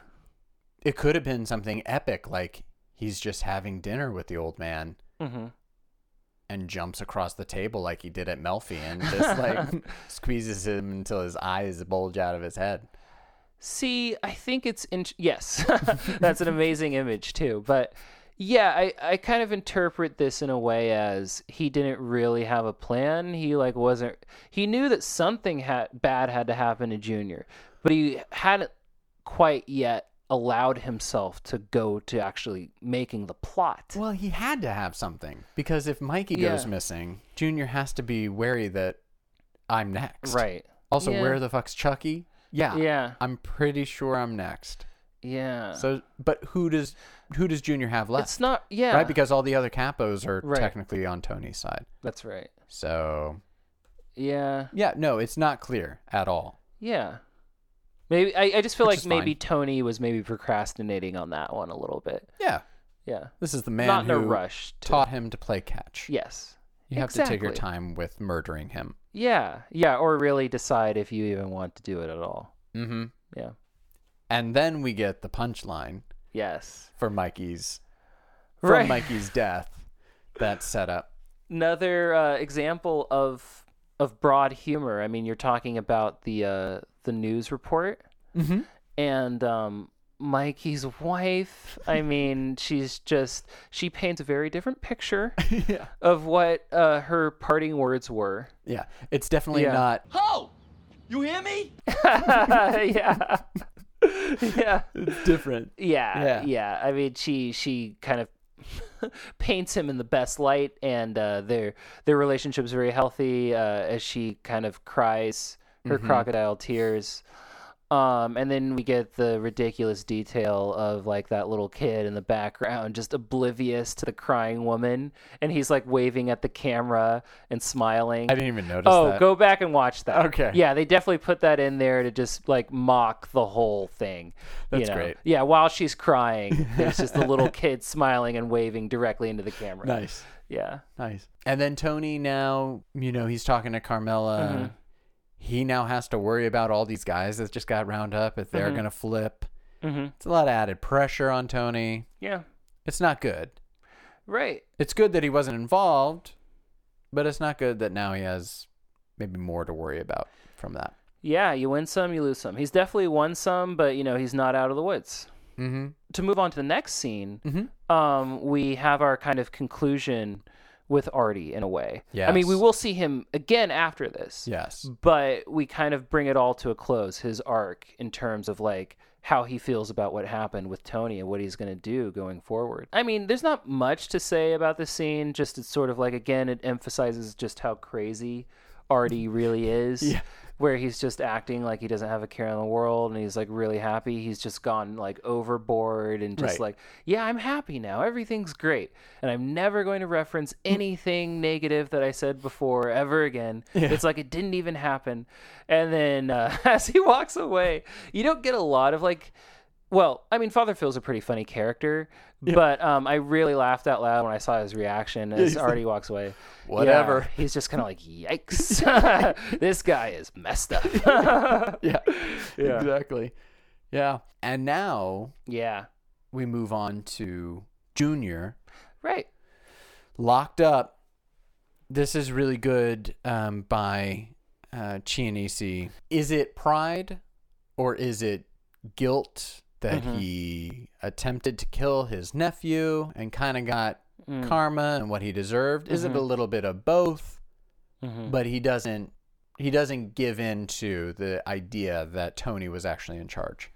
It could have been something epic, like he's just having dinner with the old man hmm and jumps across the table like he did at Melfi and just like squeezes him until his eyes bulge out of his head. See, I think it's in- yes, that's an amazing image too. But yeah, I I kind of interpret this in a way as he didn't really have a plan. He like wasn't. He knew that something had bad had to happen to Junior, but he hadn't quite yet allowed himself to go to actually making the plot. Well, he had to have something because if Mikey goes Yeah. missing, Junior has to be wary that I'm next. Right. Also, Yeah. where the fuck's Chucky? Yeah. Yeah. I'm pretty sure I'm next. Yeah. So, but who does who does Junior have left? it's not. Yeah. Right, because all the other capos are Right. technically on Tony's side. that's right. So, Yeah. yeah, no, it's not clear at all. Yeah. Maybe I, I just feel Which is like maybe Tony was maybe procrastinating on that one a little bit. Yeah, Yeah. this is the man Not in who a rush to- taught him to play catch. Yes. you have to take your exactly. time with murdering him. Yeah. Yeah. Or really decide if you even want to do it at all. Mm-hmm. Yeah. And then we get the punchline Yes. for Mikey's from Right. Mikey's death. That's set up. Another uh, example of of broad humor. I mean, you're talking about the uh, the news report Mhm. and um, Mikey's wife. I mean, she's just she paints a very different picture yeah, of what uh, her parting words were. yeah, it's definitely Yeah. not. yeah. yeah. It's different. Yeah. Yeah. Yeah. I mean, she she kind of paints him in the best light, and uh, their their relationship is very healthy uh, as she kind of cries her crocodile tears. Um, and then we get the ridiculous detail of like that little kid in the background, just oblivious to the crying woman, and he's like waving at the camera and smiling. I didn't even notice. Oh, that. go back and watch that. Okay. Yeah, they definitely put that in there to just like mock the whole thing. That's you know? great. Yeah, while she's crying, there's just the little kid smiling and waving directly into the camera. Nice. Yeah. Nice. And then Tony now, you know, he's talking to Carmela. Mm-hmm. He now has to worry about all these guys that just got round up if Mm-hmm. they're going to flip. Mhm. It's a lot of added pressure on Tony. Yeah. It's not good. Right. It's good that he wasn't involved, but it's not good that now he has maybe more to worry about from that. Yeah, you win some, you lose some. He's definitely won some, but you know, he's not out of the woods. Mm-hmm. To move on to the next scene, Mhm. um, we have our kind of conclusion with Artie in a way. I Yes. mean, we will see him again after this. Yes. but we kind of bring it all to a close his arc in terms of like how he feels about what happened with Tony and what he's going to do going forward. I mean, there's not much to say about the scene, just it's sort of like again it emphasizes just how crazy Artie really is. Where he's just acting like he doesn't have a care in the world and he's like really happy. He's just gone like overboard and just Right. like, yeah, I'm happy now. Everything's great. And I'm never going to reference anything negative that I said before ever again. It's like it didn't even happen. And then uh, as he walks away, you don't get a lot of like, well, I mean, Father Phil's a pretty funny character, but um, I really laughed out loud when I saw his reaction as Artie walks away. Yeah, Whatever. he's just kind of like, yikes, this guy is messed up. Yeah. Yeah. Exactly. Yeah. And now yeah. we move on to Junior Right. locked up. This is really good um, by uh, Chianese. Is it pride or is it guilt that he attempted to kill his nephew and kind of got karma and what he deserved? Is it a little bit of both? But he doesn't. He doesn't give in to the idea that Tony was actually in charge.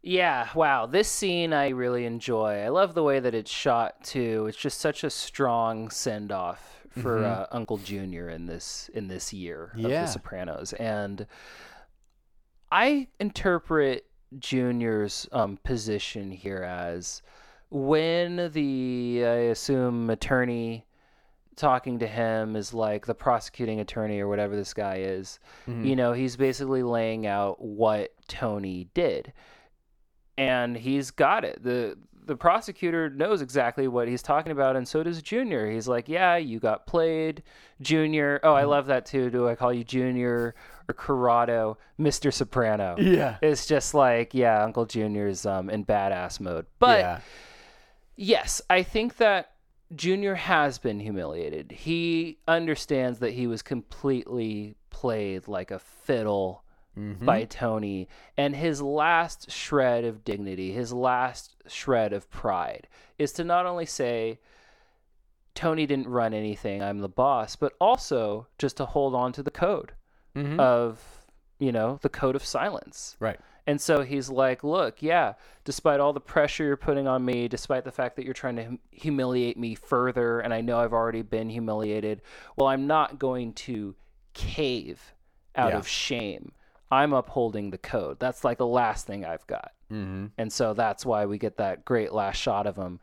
Yeah, wow. This scene I really enjoy. I love the way that it's shot too. It's just such a strong send off for uh, Uncle Junior in this in this year of Yeah. The Sopranos, and I interpret Junior's um, position here as when the I assume attorney talking to him is like the prosecuting attorney or whatever this guy is. You know, he's basically laying out what Tony did. And he's got it. The the prosecutor knows exactly what he's talking about and so does Junior. He's like, "Yeah, you got played, Junior. Oh, I love that too. Do I call you Junior or Corrado, Mr. Soprano?" Yeah. It's just like, yeah, Uncle Junior's um in badass mode. But yeah. Yes, I think that Junior has been humiliated. He understands that he was completely played like a fiddle by Tony, and his last shred of dignity, his last shred of pride, is to not only say, Tony didn't run anything, I'm the boss, but also just to hold on to the code of, you know, the code of silence. Right. And so he's like, look, yeah, despite all the pressure you're putting on me, despite the fact that you're trying to hum- humiliate me further, and I know I've already been humiliated, well, I'm not going to cave out Yeah. of shame. I'm upholding the code. That's like the last thing I've got. Mm-hmm. And so that's why we get that great last shot of him.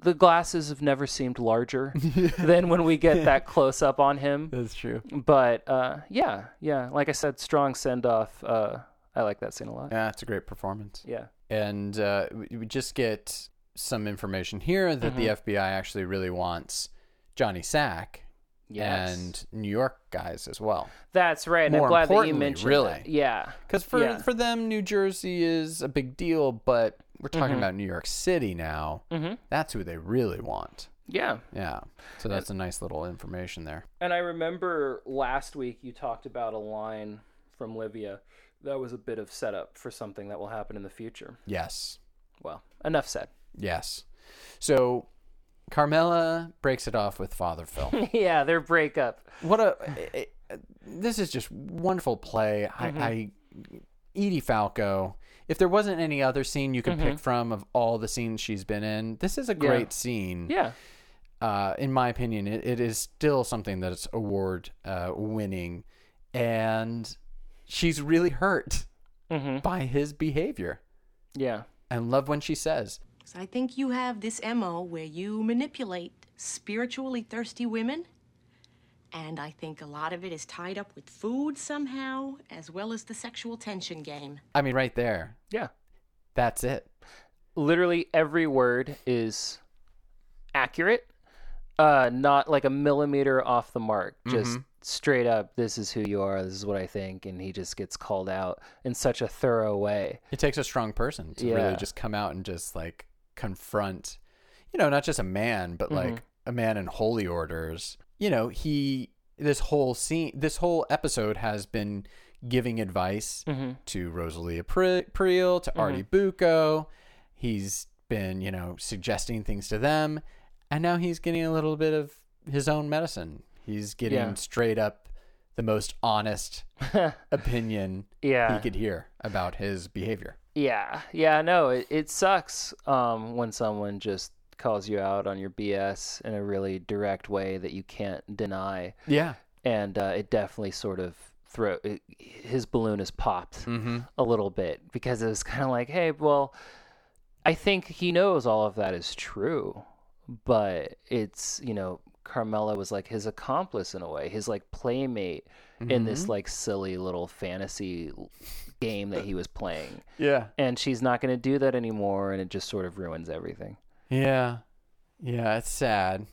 The glasses have never seemed larger than when we get that close up on him That's true. but uh, yeah, yeah. Like I said, strong send off. Uh, I like that scene a lot. Yeah, it's a great performance. Yeah. and uh, we we just get some information here that the FBI actually really wants Johnny Sack Yes. and New York guys as well. That's right. And More I'm glad that you importantly, mentioned really. that. Yeah. Because for, Yeah. for them, New Jersey is a big deal, but we're talking about New York City now. Mm-hmm. That's who they really want. Yeah. Yeah. So that's a nice little information there. And I remember last week you talked about a line from Livia that was a bit of setup for something that will happen in the future. Yes. Well, enough said. Yes. So Carmela breaks it off with Father Phil. yeah, their breakup. what a it- it- this is just wonderful play. I, I Edie Falco. If there wasn't any other scene you could pick from of all the scenes she's been in, this is a great scene. Yeah. Uh, in my opinion, it, it is still something that's award uh, winning, and she's really hurt by his behavior. Yeah. I love when she says, So I think you have this MO where you manipulate spiritually thirsty women. And I think a lot of it is tied up with food somehow, as well as the sexual tension game. "I mean, right there, Yeah. that's it." literally every word is accurate uh not like a millimeter off the mark just straight up this is who you are this is what i think and he just gets called out in such a thorough way It takes a strong person to really Yeah. just come out and just like confront, you know, not just a man, but Mm-hmm. like a man in holy orders. You know, he, this whole scene, this whole episode has been giving advice Mm-hmm. to Rosalia Pri- Priel, to Artie Bucco. He's been, you know, suggesting things to them. And now he's getting a little bit of his own medicine. He's getting Yeah. straight up the most honest opinion Yeah. he could hear about his behavior. yeah yeah no it, it sucks um when someone just calls you out on your bs in a really direct way that you can't deny Yeah. and uh, it definitely sort of throw it, his balloon is popped a little bit because it was kind of like, hey, well, I think he knows all of that is true, but it's you know Carmela was like his accomplice in a way, his like playmate in this like silly little fantasy l- game that he was playing, Yeah. and she's not going to do that anymore, and it just sort of ruins everything. Yeah. Yeah. It's sad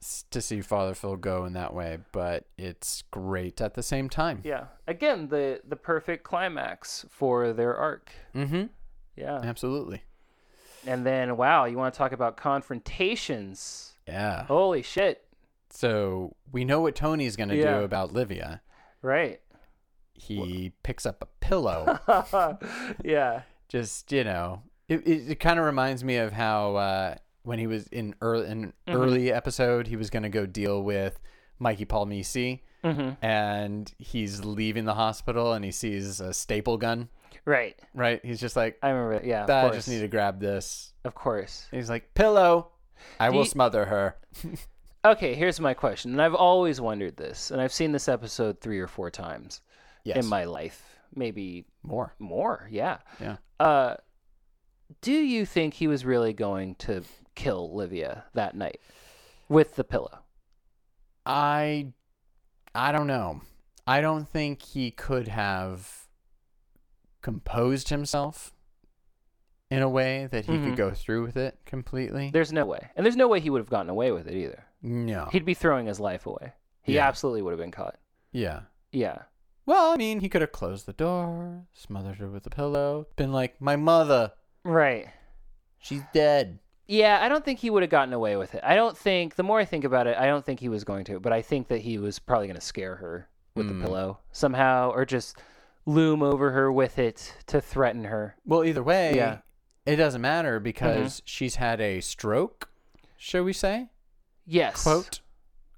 s- to see Father Phil go in that way, but it's great at the same time. Yeah, again, the the perfect climax for their arc. Mm-hmm. Yeah. Absolutely. And then, wow, you want to talk about confrontations? Yeah. Holy shit! So we know what Tony's going to Yeah. do about Livia. Right? He picks up a pillow. yeah. just you know, it it, it kind of reminds me of how uh, when he was in early in an Mm-hmm. early episode, he was going to go deal with Mikey Palmisi. Mm-hmm. And he's leaving the hospital, and he sees a staple gun. Right. Right? He's just like, I remember. That. Yeah. Of I course. just need to grab this. Of course. And he's like, pillow. I Do will you- smother her. Okay. Here's my question, and I've always wondered this, and I've seen this episode three or four times Yes. in my life, maybe More. more. Yeah. Yeah. Uh, do you think he was really going to kill Livia that night with the pillow? I, I don't know. I don't think he could have composed himself in a way that he Mm-hmm. could go through with it completely. There's no way, and there's no way he would have gotten away with it either. no. He'd be throwing his life away. Oh. He Yeah. absolutely would have been caught. yeah. Yeah. Well, I mean, he could have closed the door, smothered her with a pillow, been like, my mother, Right. she's dead. Yeah, I don't think he would have gotten away with it. I don't think. The more I think about it, I don't think he was going to. But I think that he was probably going to scare her with Hmm. the pillow somehow, or just loom over her with it to threaten her. Well, either way, Yeah. Mm-hmm. it doesn't matter because she's had a stroke, shall we say? Yes. Quote,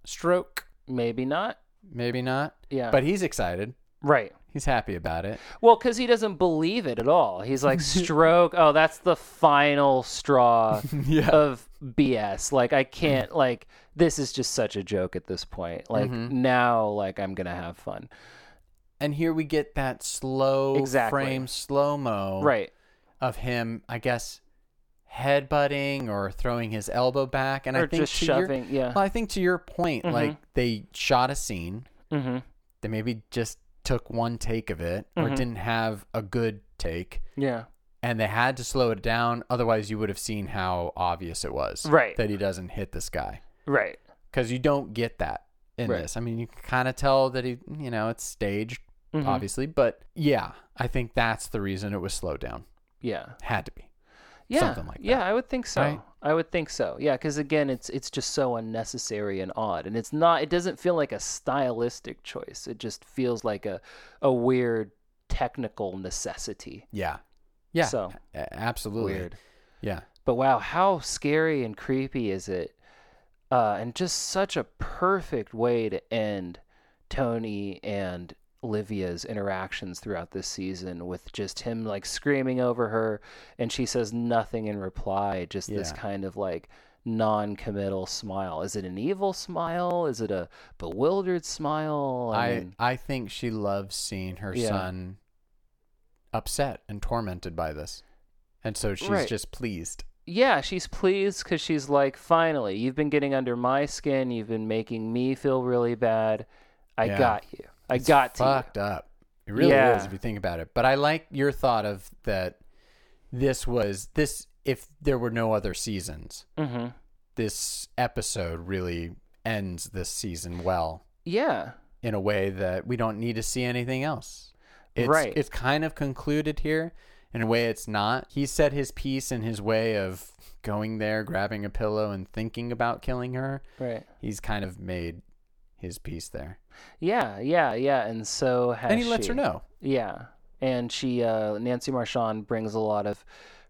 stroke. Maybe not. Maybe not. Yeah. But he's excited. Right. He's happy about it. Well, because he doesn't believe it at all. He's like, stroke. Oh, that's the final straw Yeah. Mm. of BS. Like, I can't, like, this is just such a joke at this point. Like, Mm-hmm. now, like, I'm going to have fun. And here we get that slow Exactly. frame slow mo Right. of him, I guess, headbutting or throwing his elbow back. And I Or think just to your- shoving, yeah. Mm-hmm. Well, I think to your point, like they shot a scene. hmm They maybe just took one take of it or Mm-hmm. didn't have a good take. Yeah. and they had to slow it down otherwise you would have seen how obvious it was Right. that he doesn't hit this guy Right. because you don't get that in Right. this i mean you can kind of tell that he you know it's staged Mm-hmm. obviously but yeah i think that's the reason it was slowed down Yeah. had to be Yeah. Something like Yeah, that. I would think so. Right? I would think so. Yeah, because again, it's it's just so unnecessary and odd, and it's not. It doesn't feel like a stylistic choice. It just feels like a a weird technical necessity. yeah yeah So, a- absolutely weird. yeah But wow, how scary and creepy is it? Uh, and just such a perfect way to end Tony and Livia's interactions throughout this season with just him like screaming over her and she says nothing in reply, just this Yeah. kind of like non committal smile. Is it an evil smile? Is it a bewildered smile? i I, mean, think she loves seeing her Yeah. son upset and tormented by this and so she's Right. just pleased yeah, she's pleased because she's like, finally, you've been getting under my skin. You've been making me feel really bad. I Yeah. got you. I got to. you." fucked up. It really Yeah. is if you think about it. But I like your thought of that. This was this if there were no other seasons, Mm-hmm. this episode really ends this season well Yeah. in a way that we don't need to see anything else. It's, Right. It's kind of concluded here. In a way, it's not. He said his piece in his way of going there, grabbing a pillow, and thinking about killing her. Right. He's kind of made his piece there, Yeah. Yeah. Yeah. And so has and he lets her she. know. Yeah. And she, uh, Nancy Marchand, brings a lot of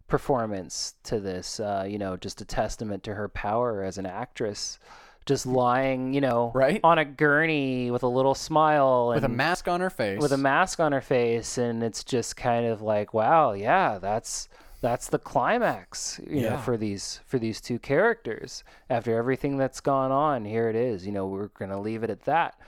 performance to this. Uh, you know, just a testament to her power as an actress. Just lying, you know, Right. on a gurney with a little smile With a and mask on her face. with a mask on her face and it's just kind of like wow yeah that's that's the climax you know Yeah. for these for these two characters after everything that's gone on here it is you know we're gonna leave it at that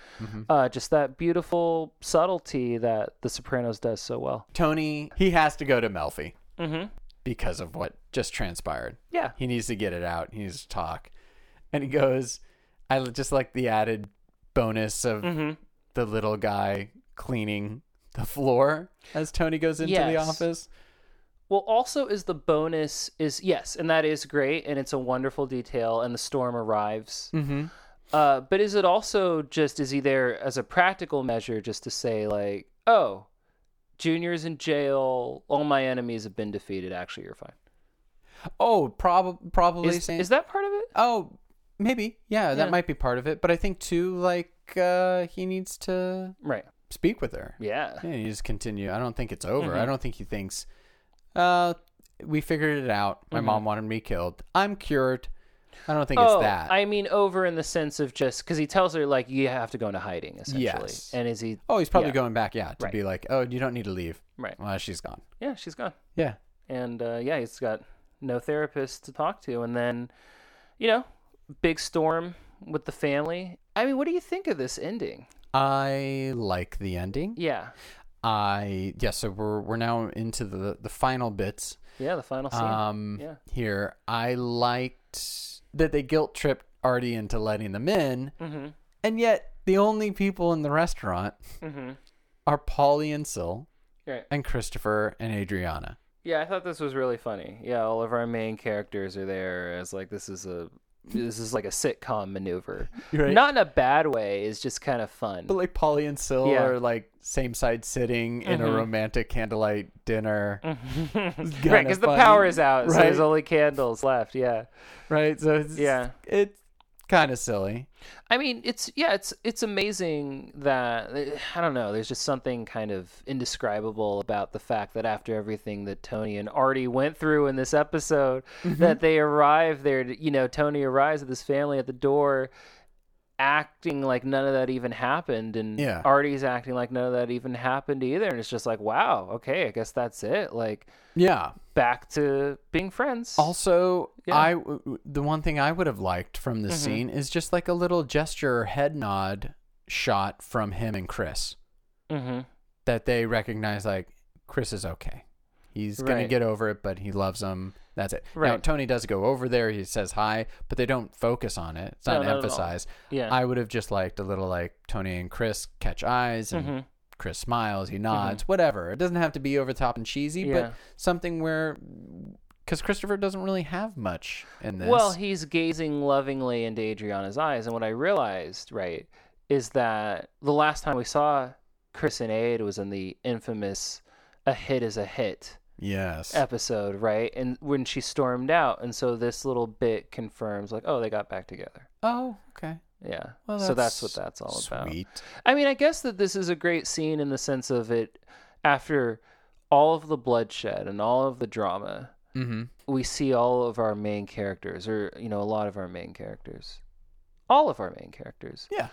uh, just that beautiful subtlety that the sopranos does so well Tony, he has to go to Melfi Mhm. because of what just transpired. yeah He needs to get it out. He needs to talk. And he goes, I l- just like the added bonus of Mm-hmm. the little guy cleaning the floor as Tony goes into the Yes. office. Well, also is the bonus is yes, and that is great, and it's a wonderful detail, and the storm arrives. Mm-hmm. Uh, but is it also just is he there as a practical measure, just to say like, oh, Junior's in jail, all my enemies have been defeated. Actually, you're fine. Oh, prob- probably Is, saying, is that part of it? Oh, maybe. Yeah, Yeah. that might be part of it. But I think too, like, uh, he needs to Right. speak with her. Yeah. Yeah, you just continue. I don't think it's over. Mm-hmm. I don't think he thinks, uh, we figured it out. My mom wanted me killed. I'm cured. I don't think Mm-hmm. oh, it's that. I mean, over in the sense of just because he tells her like you have to go into hiding essentially, Yes. and is he? oh, he's probably yeah. going back, yeah, to Right. be like, oh, you don't need to leave. Right. Well, she's gone. Yeah, she's gone. Yeah. and uh, yeah, he's got no therapist to talk to. And then, you know, big storm with the family. I mean, what do you think of this ending? I like the ending. Yeah, I yeah. So we're we're now into the the final bits. yeah, the final scene. Um, yeah, here I liked that they guilt tripped Artie into letting them in, Mm-hmm. and yet the only people in the restaurant Mm-hmm. are Polly and Syl. right. and Christopher and Adriana. Yeah, I thought this was really funny. Yeah, all of our main characters are there as like this is a this is like a sitcom maneuver. Right. Not in a bad way. It's just kind of fun. But like Polly and Syl Yeah. Mm-hmm. are like same side sitting in a romantic candlelight dinner. right, because the power is out, so there's Right. only candles left. Yeah. right. So it's, Yeah. it's kind of silly. I mean, it's yeah, it's it's amazing that eh, I don't know. There's just something kind of indescribable about the fact that after everything that Tony and Artie went through in this episode, Mm-hmm. that they arrive there. To, you know, Tony arrives at this family at the door, acting like none of that even happened, and Yeah. Artie's acting like none of that even happened either. And it's just like, wow, okay, I guess that's it. Like Yeah. back to being friends. Also, Yeah. I w- w- the one thing I would have liked from this scene is just like a little gesture or head nod shot from him and Chris hmm that they recognize like Chris is okay. He's gonna Right. get over it, but he loves him. That's it. Now Right. Tony does go over there. He says hi, but they don't focus on it. It's No, not not at all. emphasized. Yeah. I would have just liked a little like Tony and Chris catch eyes and Mm-hmm. Chris smiles, he nods, whatever. It doesn't have to be over the top and cheesy, Yeah. but something where because Christopher doesn't really have much in this. Well, he's gazing lovingly into Adriana's eyes, and what I realized, right, is that the last time we saw Chris and Aid was in the infamous "A Hit Is a Hit" yes, episode, right? And when she stormed out, and so this little bit confirms, like, oh, they got back together. oh, okay. Yeah. Well, so that's what that's all about. Sweet. I mean, I guess that this is a great scene in the sense of it after all of the bloodshed and all of the drama. Mm-hmm. we see all of our main characters or you know a lot of our main characters all of our main characters Yeah.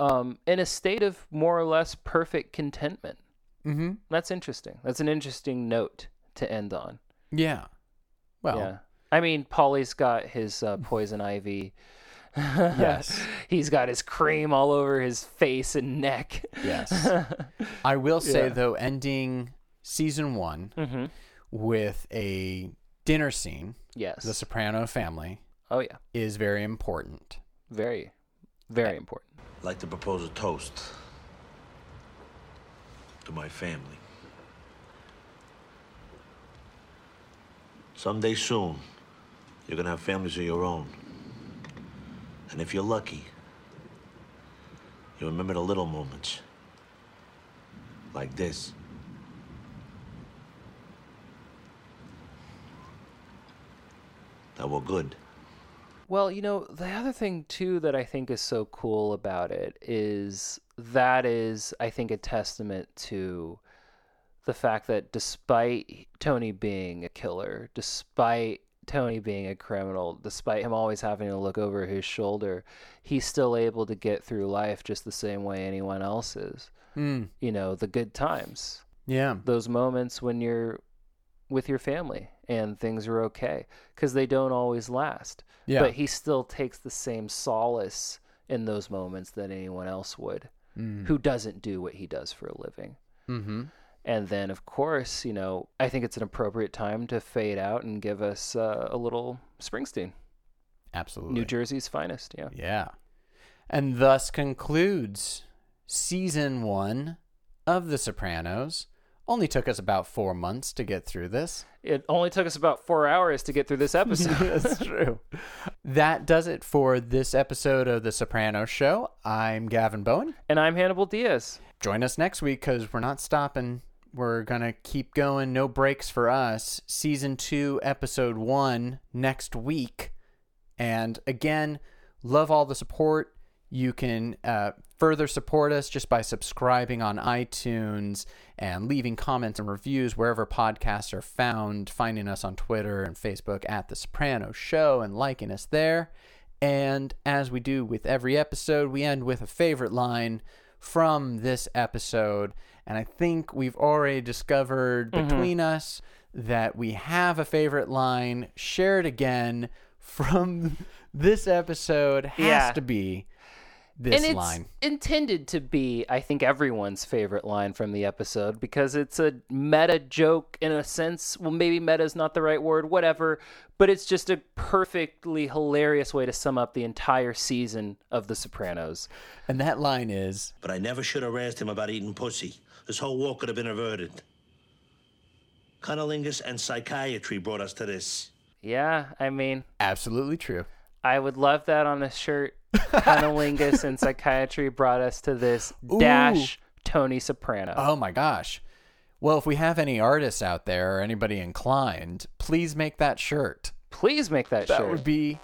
um in a state of more or less perfect contentment Mm-hmm. that's interesting that's an interesting note to end on Yeah. Well, yeah i mean polly's got his uh, poison ivy Yes. he's got his cream all over his face and neck yes. I will say Yeah. though, ending season one mm-hmm. with a dinner scene, yes the Soprano family oh yeah is very important. very very important I'd like to propose a toast to my family. Someday soon, you're gonna have families of your own. And if you're lucky, you remember the little moments. Like this. That were good. Well, you know, the other thing too that I think is so cool about it is that is, I think, a testament to the fact that despite Tony being a killer, despite Tony being a criminal, despite him always having to look over his shoulder, he's still able to get through life just the same way anyone else is. Mm. You know, the good times Yeah. those moments when you're with your family and things are okay because they don't always last. Yeah. But he still takes the same solace in those moments that anyone else would who doesn't do what he does for a living. Mm-hmm. And then, of course, you know, I think it's an appropriate time to fade out and give us uh, a little Springsteen, Absolutely. New Jersey's finest. Yeah. Yeah. And thus concludes season one of The Sopranos. Only took us about four months to get through this. It only took us about four hours to get through this episode. true. that does it for this episode of The Sopranos Show. I'm Gavin Bowen. and I'm Hannibal Diaz. Join us next week because we're not stopping. We're going to keep going. No breaks for us. Season two, episode one, next week. And again, love all the support. You can uh, further support us just by subscribing on iTunes and leaving comments and reviews wherever podcasts are found, finding us on Twitter and Facebook at The Soprano Show and liking us there. And as we do with every episode, we end with a favorite line from this episode. And I think we've already discovered Mm-hmm. between us that we have a favorite line. Share it again from this episode has Yeah. to be this and it's line. intended to be, I think, everyone's favorite line from the episode because it's a meta joke in a sense. Well, maybe meta is not the right word, whatever, but it's just a perfectly hilarious way to sum up the entire season of The Sopranos. And that line is But I never should have asked him about eating pussy. This whole war could have been averted. Cunnilingus and psychiatry brought us to this. Yeah, I mean, absolutely true. I would love that on a shirt. Cunnilingus and psychiatry brought us to this dash Tony Soprano. Oh my gosh. Well, if we have any artists out there or anybody inclined, please make that shirt. Please make that, That shirt. would be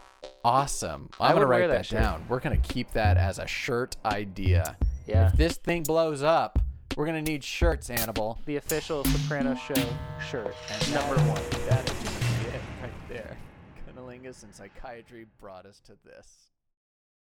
awesome. I'm I gonna would wear write that that, shirt. down. We're gonna keep that as a shirt idea. Yeah. If this thing blows up, we're gonna need shirts, Annabelle. the official Soprano Show shirt, number one. That is it right there. Cunnilingus and psychiatry brought us to this.